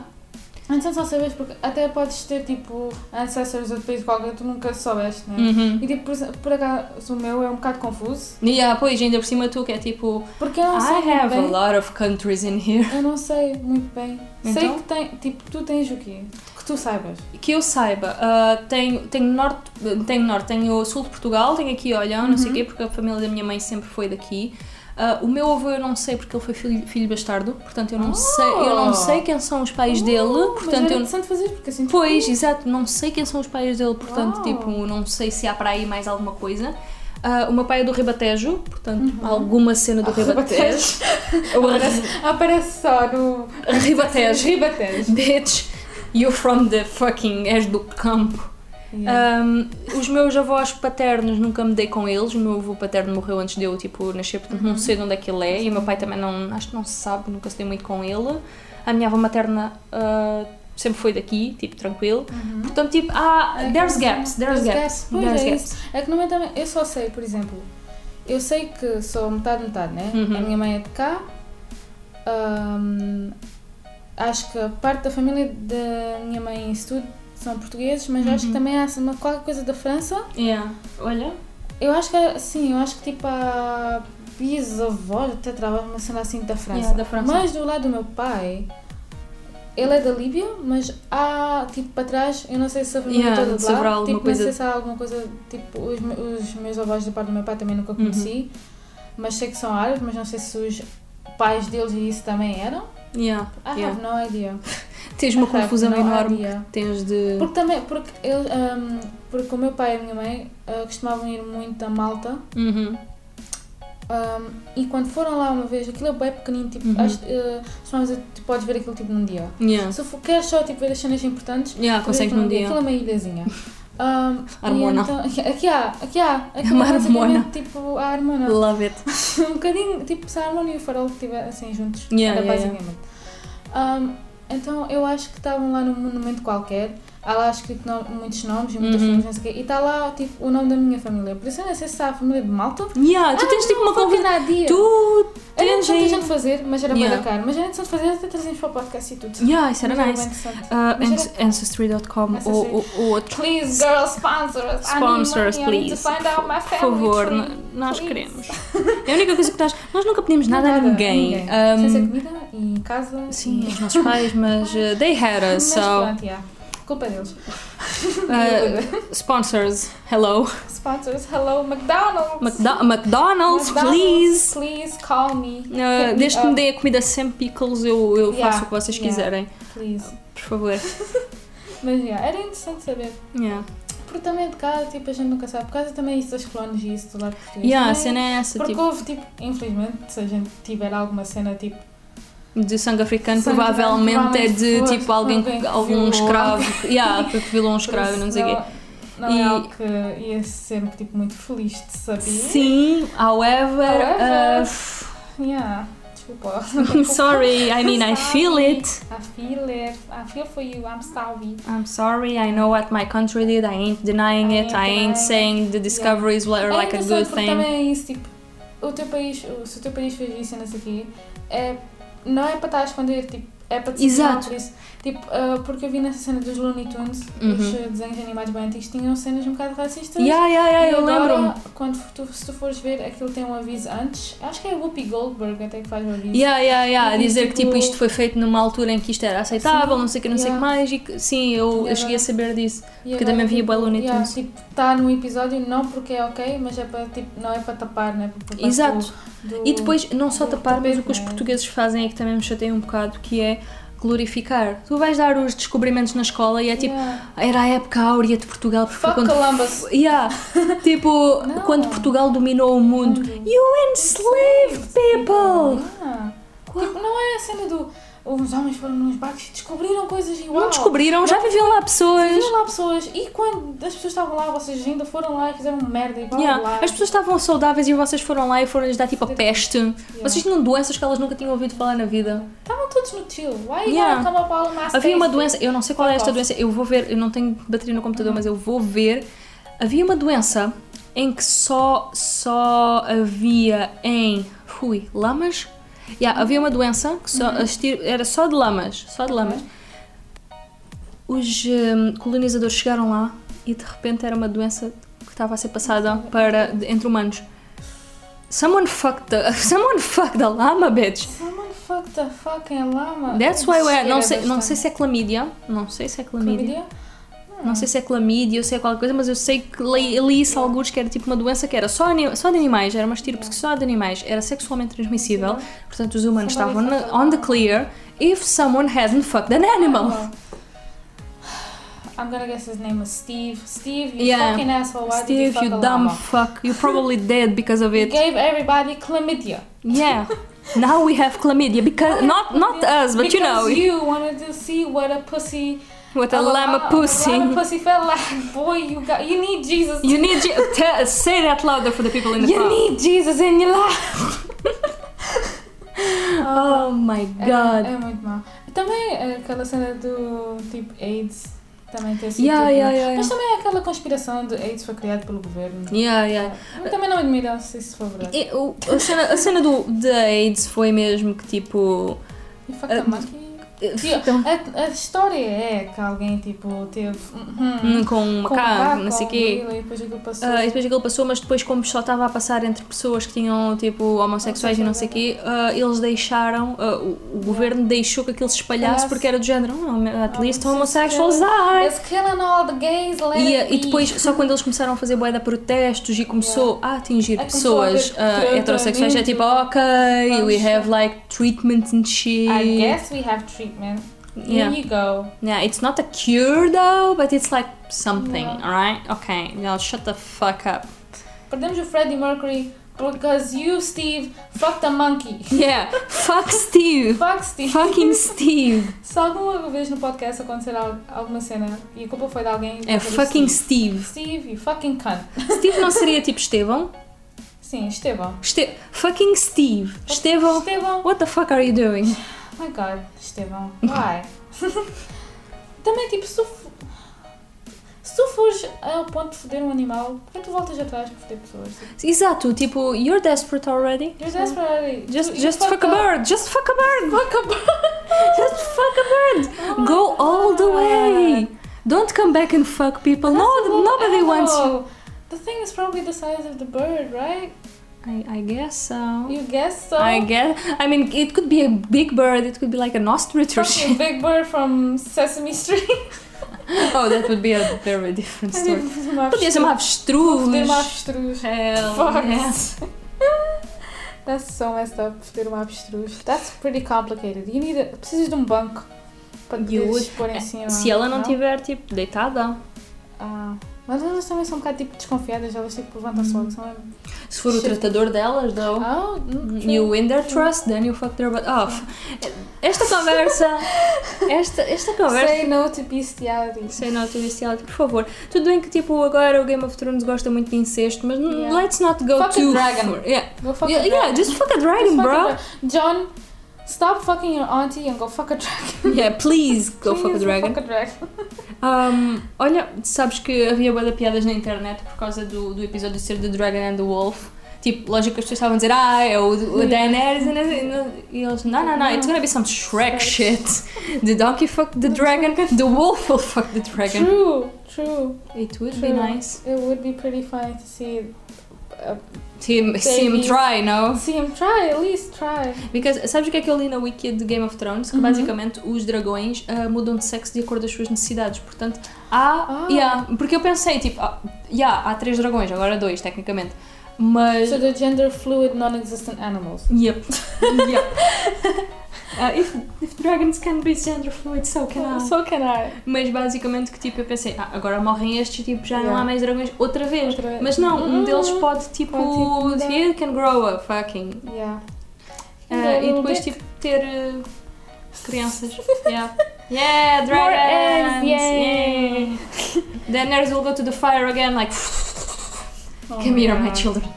É interessante só saberes porque até podes ter tipo ancestors de outro país qualquer que tu nunca soubeste, né?
Uhum.
E tipo, por, exe- por acaso o meu é um bocado confuso.
Yeah, pois, ainda por cima tu que é tipo.
Porque eu não
I
sei. Ah, muito
have a
bem-
lot of countries in here.
Eu não sei muito bem. Sei
Então?
que tem. Tipo, tu tens o quê? Que tu saibas.
Que eu saiba, ah, tenho, tenho norte, tenho norte, tenho o sul de Portugal, tenho aqui Olhão, não
Uhum.
sei o quê, porque a família da minha mãe sempre foi daqui. Ah, o meu avô eu não sei porque ele foi filho, filho bastardo, portanto eu não
Oh!
sei, eu não sei quem são os pais dele,
Oh, mas
portanto
era
eu
interessante fazer porque assim.
Pois, exato, não sei quem são os pais dele, portanto,
Uau.
tipo, não sei se há para aí mais alguma coisa. Ah, o meu pai é do Ribatejo, portanto, alguma cena do Ribatejo. O
Aparece, aparece só no.
Ribatejo.
Ribatejo.
Bitch, you from the fucking. és do campo. Um, os meus avós paternos nunca me dei com eles. O meu avô paterno morreu antes de eu tipo, nascer, portanto
Uhum.
não sei de onde é que ele é. E o meu pai também não, acho que não se sabe, nunca se deu muito com ele. A minha avó materna ah, sempre foi daqui, tipo, tranquilo.
Uhum.
Portanto, tipo, ah, there's gaps, there's gaps,
Pois
there's
é,
gaps.
isso. é que no meu também. Eu só sei, por exemplo, eu sei que sou metade, metade, né?
Uhum.
A minha mãe é de cá. ahm, acho que a parte da família da minha mãe, isso tudo, são portugueses, mas acho
Uhum.
que também há assim uma, qualquer coisa da França.
Yeah. Olha,
Eu acho que, sim, eu acho que tipo a bisavó até trabalha uma cena assim da França.
Yeah, da França.
Mas do lado do meu pai, ele é da Líbia, mas há tipo para trás, eu não sei se a família
Yeah,
toda de
se haverá
lá,
alguma
tipo,
coisa-
não sei se há alguma coisa, tipo, os, me- os meus avós da parte do meu pai também nunca conheci,
Uhum.
mas sei que são árabes, mas não sei se os pais deles e isso também eram.
yeah.
I
yeah.
have no idea.
Tens uma
I have
confusão
no
enorme que
idea.
tens de.
Porque também, porque, eles, ahm, porque o meu pai e a minha mãe ah, costumavam ir muito a Malta,
Uhum.
Um, e quando foram lá uma vez, aquilo é bem pequenino, tipo,
Uhum.
acho, eh, se não, tu podes ver aquilo tipo num dia.
Yeah.
Se for, queres só tipo, ver as cenas importantes,
Yeah,
tu
consegues
vês
num dia.
Aquilo é uma ilhazinha. Um, e
Harmona.
então- aqui há, aqui há. Aqui
É uma
há basicamente,
harmona. Oh.
Tipo, a harmona.
Love it.
um bocadinho, tipo, se a harmona e o farol estiverem assim juntos,
Yeah,
era
yeah,
basicamente. Um, então eu acho que estavam lá num monumento qualquer, há lá escrito nom- muitos nomes e muitas
Uhum.
famílias, não sei o quê, e está lá tipo, o nome da minha família. Por isso eu não sei se há a família de Malta.
Yeah, tu
Ah,
tens tipo
não,
uma confusão.
fucking idea.
Tu
Era
tens.
interessante a gente
aí-
fazer, mas era
Yeah.
para caro. Mas era interessante fazer, até trazemos para o podcast e tudo.
Yeah, isso era
Mas é
nice.
bem interessante.
Uh,
Mas
ans- Ancestry.com ou, ou, ou outro.
Please, girl, sponsor us. I need
Sponsor us,
money, I need to
please.
find out my
Por
family
favor,
tree.
n- nós
Please.
queremos. É a única coisa que nós. Nós nunca pedimos nada, a ninguém. Um,
Sem ser comida e em casa.
sim,
e...
os nossos pais, mas uh, they had
Mas
us, so.
pronto, yeah. Culpa é deles. é
uh, sponsors, hello.
Sponsors, hello, McDonald's.
McDo- McDonald's,
McDonald's,
please.
Please call me.
Uh,
Hit
desde que
me
me
up,
deem a comida sem pickles, eu, eu
Yeah,
faço o que vocês
yeah.
quiserem.
Please.
Por favor.
Mas yeah, era interessante saber.
Yeah,
Porque também de cá, tipo, a gente nunca sabe. Por causa também isso das clones e isso do lado português.
yeah a
também-
cena é essa,
Porque
tipo.
houve, tipo, infelizmente, se a gente tiver alguma cena, tipo,
de sangue africano
Sangue
provavelmente é de
provavelmente
tipo
foi
alguém
alguém que
algum
violou.
escravo yeah, que violou um escravo
por
não
isso
sei o quê
Não, não
E-
é algo que ia ser, tipo, muito feliz de saber.
sim however,
However,
uh, f-
Yeah. Desculpa.
sorry I mean I feel it
I feel it. I feel for you. I'm sorry.
I'm sorry I know what my country did I ain't denying
I
it I
ain't
ain't saying the
denying it.
discoveries were
É
like a good
interessante porque
thing
também é isso, tipo, o teu país, o- se o teu país fez isso e não sei o quê, é, não é para estar a esconder, tipo, é para te
Exato.
por isso. Tipo, ah, porque eu vi nessa cena dos Looney Tunes, os
Uhum.
eh, desenhos animados bem antigos tinham cenas um bocado racistas.
yeah yeah
E
yeah É, eu
agora,
lembro-me
Quando tu, se tu fores ver, aquilo tem um aviso antes. Acho que é Whoopi Goldberg até que faz o aviso.
Yeah, yeah, yeah.
E,
Dizer que tipo
tipo,
isto foi feito numa altura em que isto era aceitável,
Sim,
não sei o que, não sei o que
yeah.
mais. E que, sim, eu, eu
Yeah.
cheguei a saber disso.
E
porque
agora,
também vi bué Looney
yeah,
Tunes.
Tipo, está no episódio não porque é ok, mas é para, tipo, não é para tapar, né? Por causa
Exato.
do- do-
E depois, não só
do
tapar, mas o que os
tapete, né?
portugueses fazem é que também me chateia um bocado, que é glorificar. Tu vais dar os descobrimentos na escola e é tipo,
Yeah.
era a época áurea de Portugal, porque foi
Fuck
quando...
Columbus.
Yeah. tipo,
Não.
quando Portugal dominou o mundo. You enslaved people!
Ah. Tipo, não é a cena do. Os homens foram nos barcos e descobriram coisas igual.
Não descobriram, já viviam lá pessoas.
Viram lá pessoas. E quando as pessoas estavam lá, vocês ainda foram lá e fizeram merda e blá blá blá.
Yeah. As pessoas estavam saudáveis e vocês foram lá e foram-lhes dar tipo a peste. Vocês tinham doenças que elas nunca tinham ouvido falar na vida.
Estavam todos no chill. Why you
Yeah.
gotta come up all mass
Havia uma
tasty?
doença, eu não sei qual é esta
Fuck
doença, eu vou ver, eu não tenho bateria no computador, mas eu vou ver. Havia uma doença em que só, só havia em. Fui, lamas? Yeah, havia uma doença que só, as tir- era só de lamas, só de lamas. Os hum, colonizadores chegaram lá e de repente era uma doença que estava a ser passada para, de- entre humanos. Someone fucked the, someone fucked the llama, bitch.
Someone fuck the fucking llama.
That's why we're, não sei,
Cheira
não
bastante.
sei se é clamídia, não sei se é clamídia,
Chlamydia?
não sei se é clamídia ou se é qualquer coisa, mas eu sei que li, li isso alguns que era tipo uma doença que era só, ani- só de animais, era uma estirpe só de animais, era sexualmente transmissível, portanto os humanos estavam
Somebody
na- on the clear if someone hasn't fucked an animal.
Well, I'm gonna guess his name was Steve. Steve, you
Yeah.
fucking asshole. Why did you
Steve,
fuck
you
a
dumb
llama?
fuck. You're probably dead because of
He
it.
gave everybody chlamydia.
Yeah. Now we have chlamydia because not not us, but you know
Because you wanted to see what a pussy,
with a llama
a
pussy.
llama pussy felt like. Boy, you got, you need Jesus.
You need Je- tell, say that louder for the people in the
You
car.
need Jesus in your life.
Oh my
É,
god.
é muito mau. Também é aquela cena do tipo AIDS também ter sido.
Yeah,
tipo,
yeah, yeah,
Mas
yeah.
também é aquela conspiração de AIDS foi criado pelo governo.
Yeah, yeah.
Eu também não admiro se isso for verdade.
E o- a cena, a cena do, da AIDS foi mesmo que tipo.
E fuck the
Ah,
monkey.
eh,
Tio,
então,
a, a história é que alguém tipo teve
hum, com um
com um
macaco, não sei o
um
quê.
gorila, E depois aquilo passou.
Ah, e depois aquilo passou, mas depois, como só estava a passar entre pessoas que tinham tipo homossexuais e não sei o quê, ah, eles deixaram, ah, o, o governo deixou que aquilo se espalhasse
Espalhasse.
porque era do género, oh, at least
Homosexual.
homosexuals die.
It's killing all the gays, let
E,
it
eh, e
be.
depois, só quando eles começaram a fazer bué de protestos e começou a atingir
É, começou a
pessoas
haver
ah,
tratamento.
heterossexuais, é tipo, ok, we
Vamos-
have like treatment and shit.
I guess we have treatment.
Yeah.
Here you go.
Yeah, it's not a cure though, but it's like something,
Yeah.
alright? Okay, now shut the fuck up.
Perdemos o Freddie Mercury because you, Steve, fucked a monkey.
Yeah, fuck Steve!
Fuck Steve.
Fucking Steve!
Se alguma vez no podcast acontecer al- alguma cena e a culpa foi de alguém.
É
vai ser o
fucking Steve.
Steve. Steve, you fucking cunt.
Steve não seria tipo Estevão?
Sim, Estevão.
Este fucking Steve! Estevão,
Estevão.
what the fuck are you doing?
Oh my god, Estevão. Why? Também, tipo, se tu, f- se tu fores ao ponto de foder um animal, por que tu voltas atrás para foder pessoas? Tipo,
Exato, tipo, you're desperate already.
You're desperate.
Just,
You
just fuck a
up.
bird. Just fuck a bird.
Fuck a bird. Oh
Just fuck a bird. Go all the way. Don't come back and fuck people. No,
That's a little
nobody wants you.
animal. The thing is probably the size of the bird, right?
I, I guess so.
You guess so?
I guess. I mean, it could be a big bird. It could be like an ostrich or
Fucking
shit.
big bird from Sesame Street.
Oh, that would be a very different story. Podia ser uma
Foder uma
avestruz.
avestruz.
Hell,
Fuck.
yes.
That's so messed up, foder uma avestruz. That's pretty complicated. You need a... Precisas de um banco para
You
poderes
would-
pôr em cima.
E Se ela não tiver, tipo, deitada.
Ah, mas elas também são um bocado tipo desconfiadas. Elas tipo levantam-se logo. São...
Se for o
Shit.
tratador delas, though.
Oh, mm,
You win their trust, then you fuck their butt off. Esta conversa. Esta, esta conversa.
Say no to bestiality.
Sei não, tu disse por favor. Tudo bem que tipo agora o Game of Thrones gosta muito de incesto, mas n-
Yeah.
let's not go
Fuck a
too
dragon.
far. Yeah.
Go fuck
yeah,
a
yeah,
dragon.
just fuck a
Just
dragon,
fuck
bro.
a dra- John, stop fucking your auntie and go fuck a dragon.
Yeah, please go fuck a
Please,
dragon.
Fuck a dragon.
Um, olha, sabes que havia boa piadas na internet por causa do, do episódio ser do Dragon and the Wolf. Tipo, lógico que as pessoas estavam a dizer, ah, é o, o Daenerys e não- e eles, não, não, não, it's gonna be some Shrek
Shrek.
shit. The donkey fucked the dragon, the wolf will fuck the dragon.
True, true.
It would be
True.
nice.
It would be pretty funny to see uh,
See him, see him
Babies.
try, no?
see him try. At least try.
Because, sabes o que é que eu li na wiki de Game of Thrones? Que
Uhum.
basicamente os dragões ah, mudam de sexo de acordo com as suas necessidades. Portanto, há.
Ah.
yeah, porque eu pensei, tipo, ah, yeah, há três dragões, agora dois, tecnicamente. Mas.
So the gender fluid, non-existent animals.
Yep. yep. Ah, if, if dragons can be gender fluid, so can I.
Oh, So can I.
Mas basicamente que tipo, eu pensei, ah, agora morrem estes, tipo, já não
Yeah.
há mais dragões outra vez.
Outra vez.
Mas não, um
Uhum.
deles pode tipo.
Pode, tipo, mudar.
he can grow up, fucking.
Yeah.
Ah,
Yeah,
e depois,
little
tipo, ter eh, crianças. Yeah. Yeah, dragons!
More eggs, yay.
Yay. Then nerds will go to the fire again, like,
Oh
come here, my
God.
children.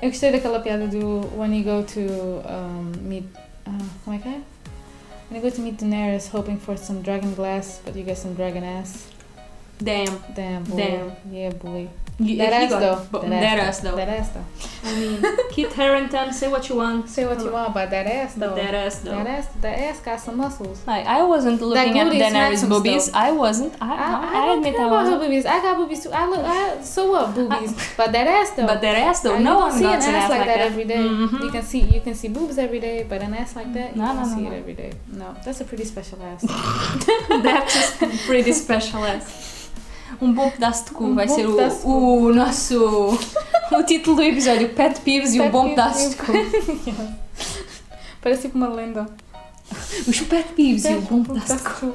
Eu gostei daquela piada do When you go to um, meet. Uh, como é que é? When you go to meet Daenerys hoping for some dragon glass, but you get some dragon ass.
Damn.
Damn, boy.
Damn.
Yeah, boy.
You-
That
he
ass,
got-
though.
but- That ass, though.
That ass, though.
I mean, Kit Harington, say what you want.
Say what you want about that ass, though.
That ass, though.
That ass, that ass got some muscles.
Like, I wasn't looking at
booty is
Daenerys
handsome,
boobies. I wasn't. I, I,
I, I,
I
don't
admit
care
I
about her
wasn't.
boobies. I got boobies too. I look. I so what boobies, but that ass though.
But that ass, though,
you
no
don't
one
see an
got
ass, like, that, every day.
Mhm.
You can see you can see boobs every day, but an ass like that you
No,
don't
no, no,
see
no.
it every day. No, that's a pretty special ass.
That's just pretty special ass. Um bom pedaço de cu
Um
vai
bom
ser o,
pedaço de cu.
o nosso o título do episódio Pet Peeves e um
Pet
bom
peeves
pedaço de cu.
e o- Parece tipo uma lenda.
Os Pet Peeves e um bom
Pet
pedaço de cu. Então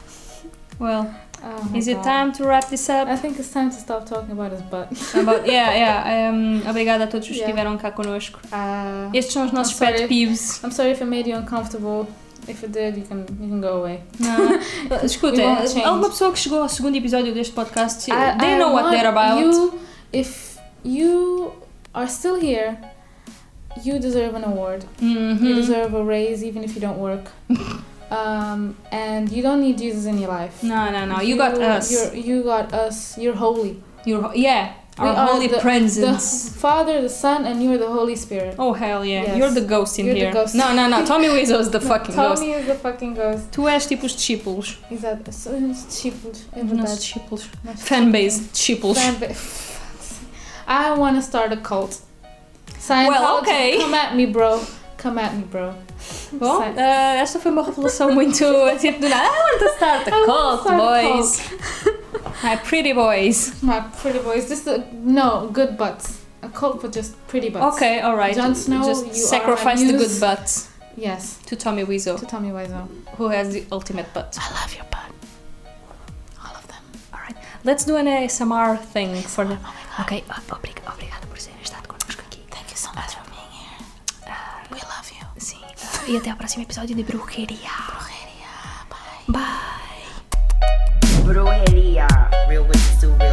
peeves.
Well,
Oh my
Is it
God.
time to wrap this up?
I think it's time to stop talking about his butt.
About- yeah, yeah. um, obrigada a todos os que
Yeah.
estiveram cá connosco.
Ah.
Estes são os nossos
sorry.
pet peeves.
I'm sorry if I made you uncomfortable. If it did, you can you can go away.
Não. Escutem,
We won't change.
alguma pessoa que chegou ao segundo episódio deste podcast,
I-
they
I
know what
want
they're about.
You, if you are still here, you deserve an award.
Mhm.
You deserve a raise, even if you don't work. um, and you don't need Jesus in your life.
Não, não, não. You got us.
You're, you got us. You're holy.
You're ho- yeah,
We
our
are
holy
the- The
presence.
Father, the Son, and you are the Holy Spirit.
Oh hell yeah,
Yes.
you're the ghost in
You're the
here.
ghost.
Não, não, não. Tommy Wiseau is the fucking ghost.
Tommy is the fucking ghost.
Tu és tipo os discípulos.
Is that so discípulos? É
Os nossos
verdade.
discípulos.
Nós-
Fanbase, discípulos.
Fanbase. I want to start a cult. Scientology,
Well, okay.
Come at me, bro. Come at me, bro.
Bom,
Sci-
eh, esta foi uma revelação muito tipo do nada. I want to start a
I
cult,
want to start a
boys. My pretty boys.
My pretty boys. This is no good butts. A cult for just pretty butts.
Ok, alright.
Jon Snow,
Just
you
sacrifice
are my
the good
muse.
butts
Yes.
to Tommy Wiseau,
To Tommy Wiseau.
who has the ultimate butt.
I love your butt. All of them.
Alright, let's do an ASMR thing for them.
Ok, o- obrig- obrigada por terem estado connosco aqui. Thank you so much for being here. We love you. Sim. ah, e até ao próximo episódio de Brujeria. Brujeria. Bye. Bye.
Brujeria. Real witches do real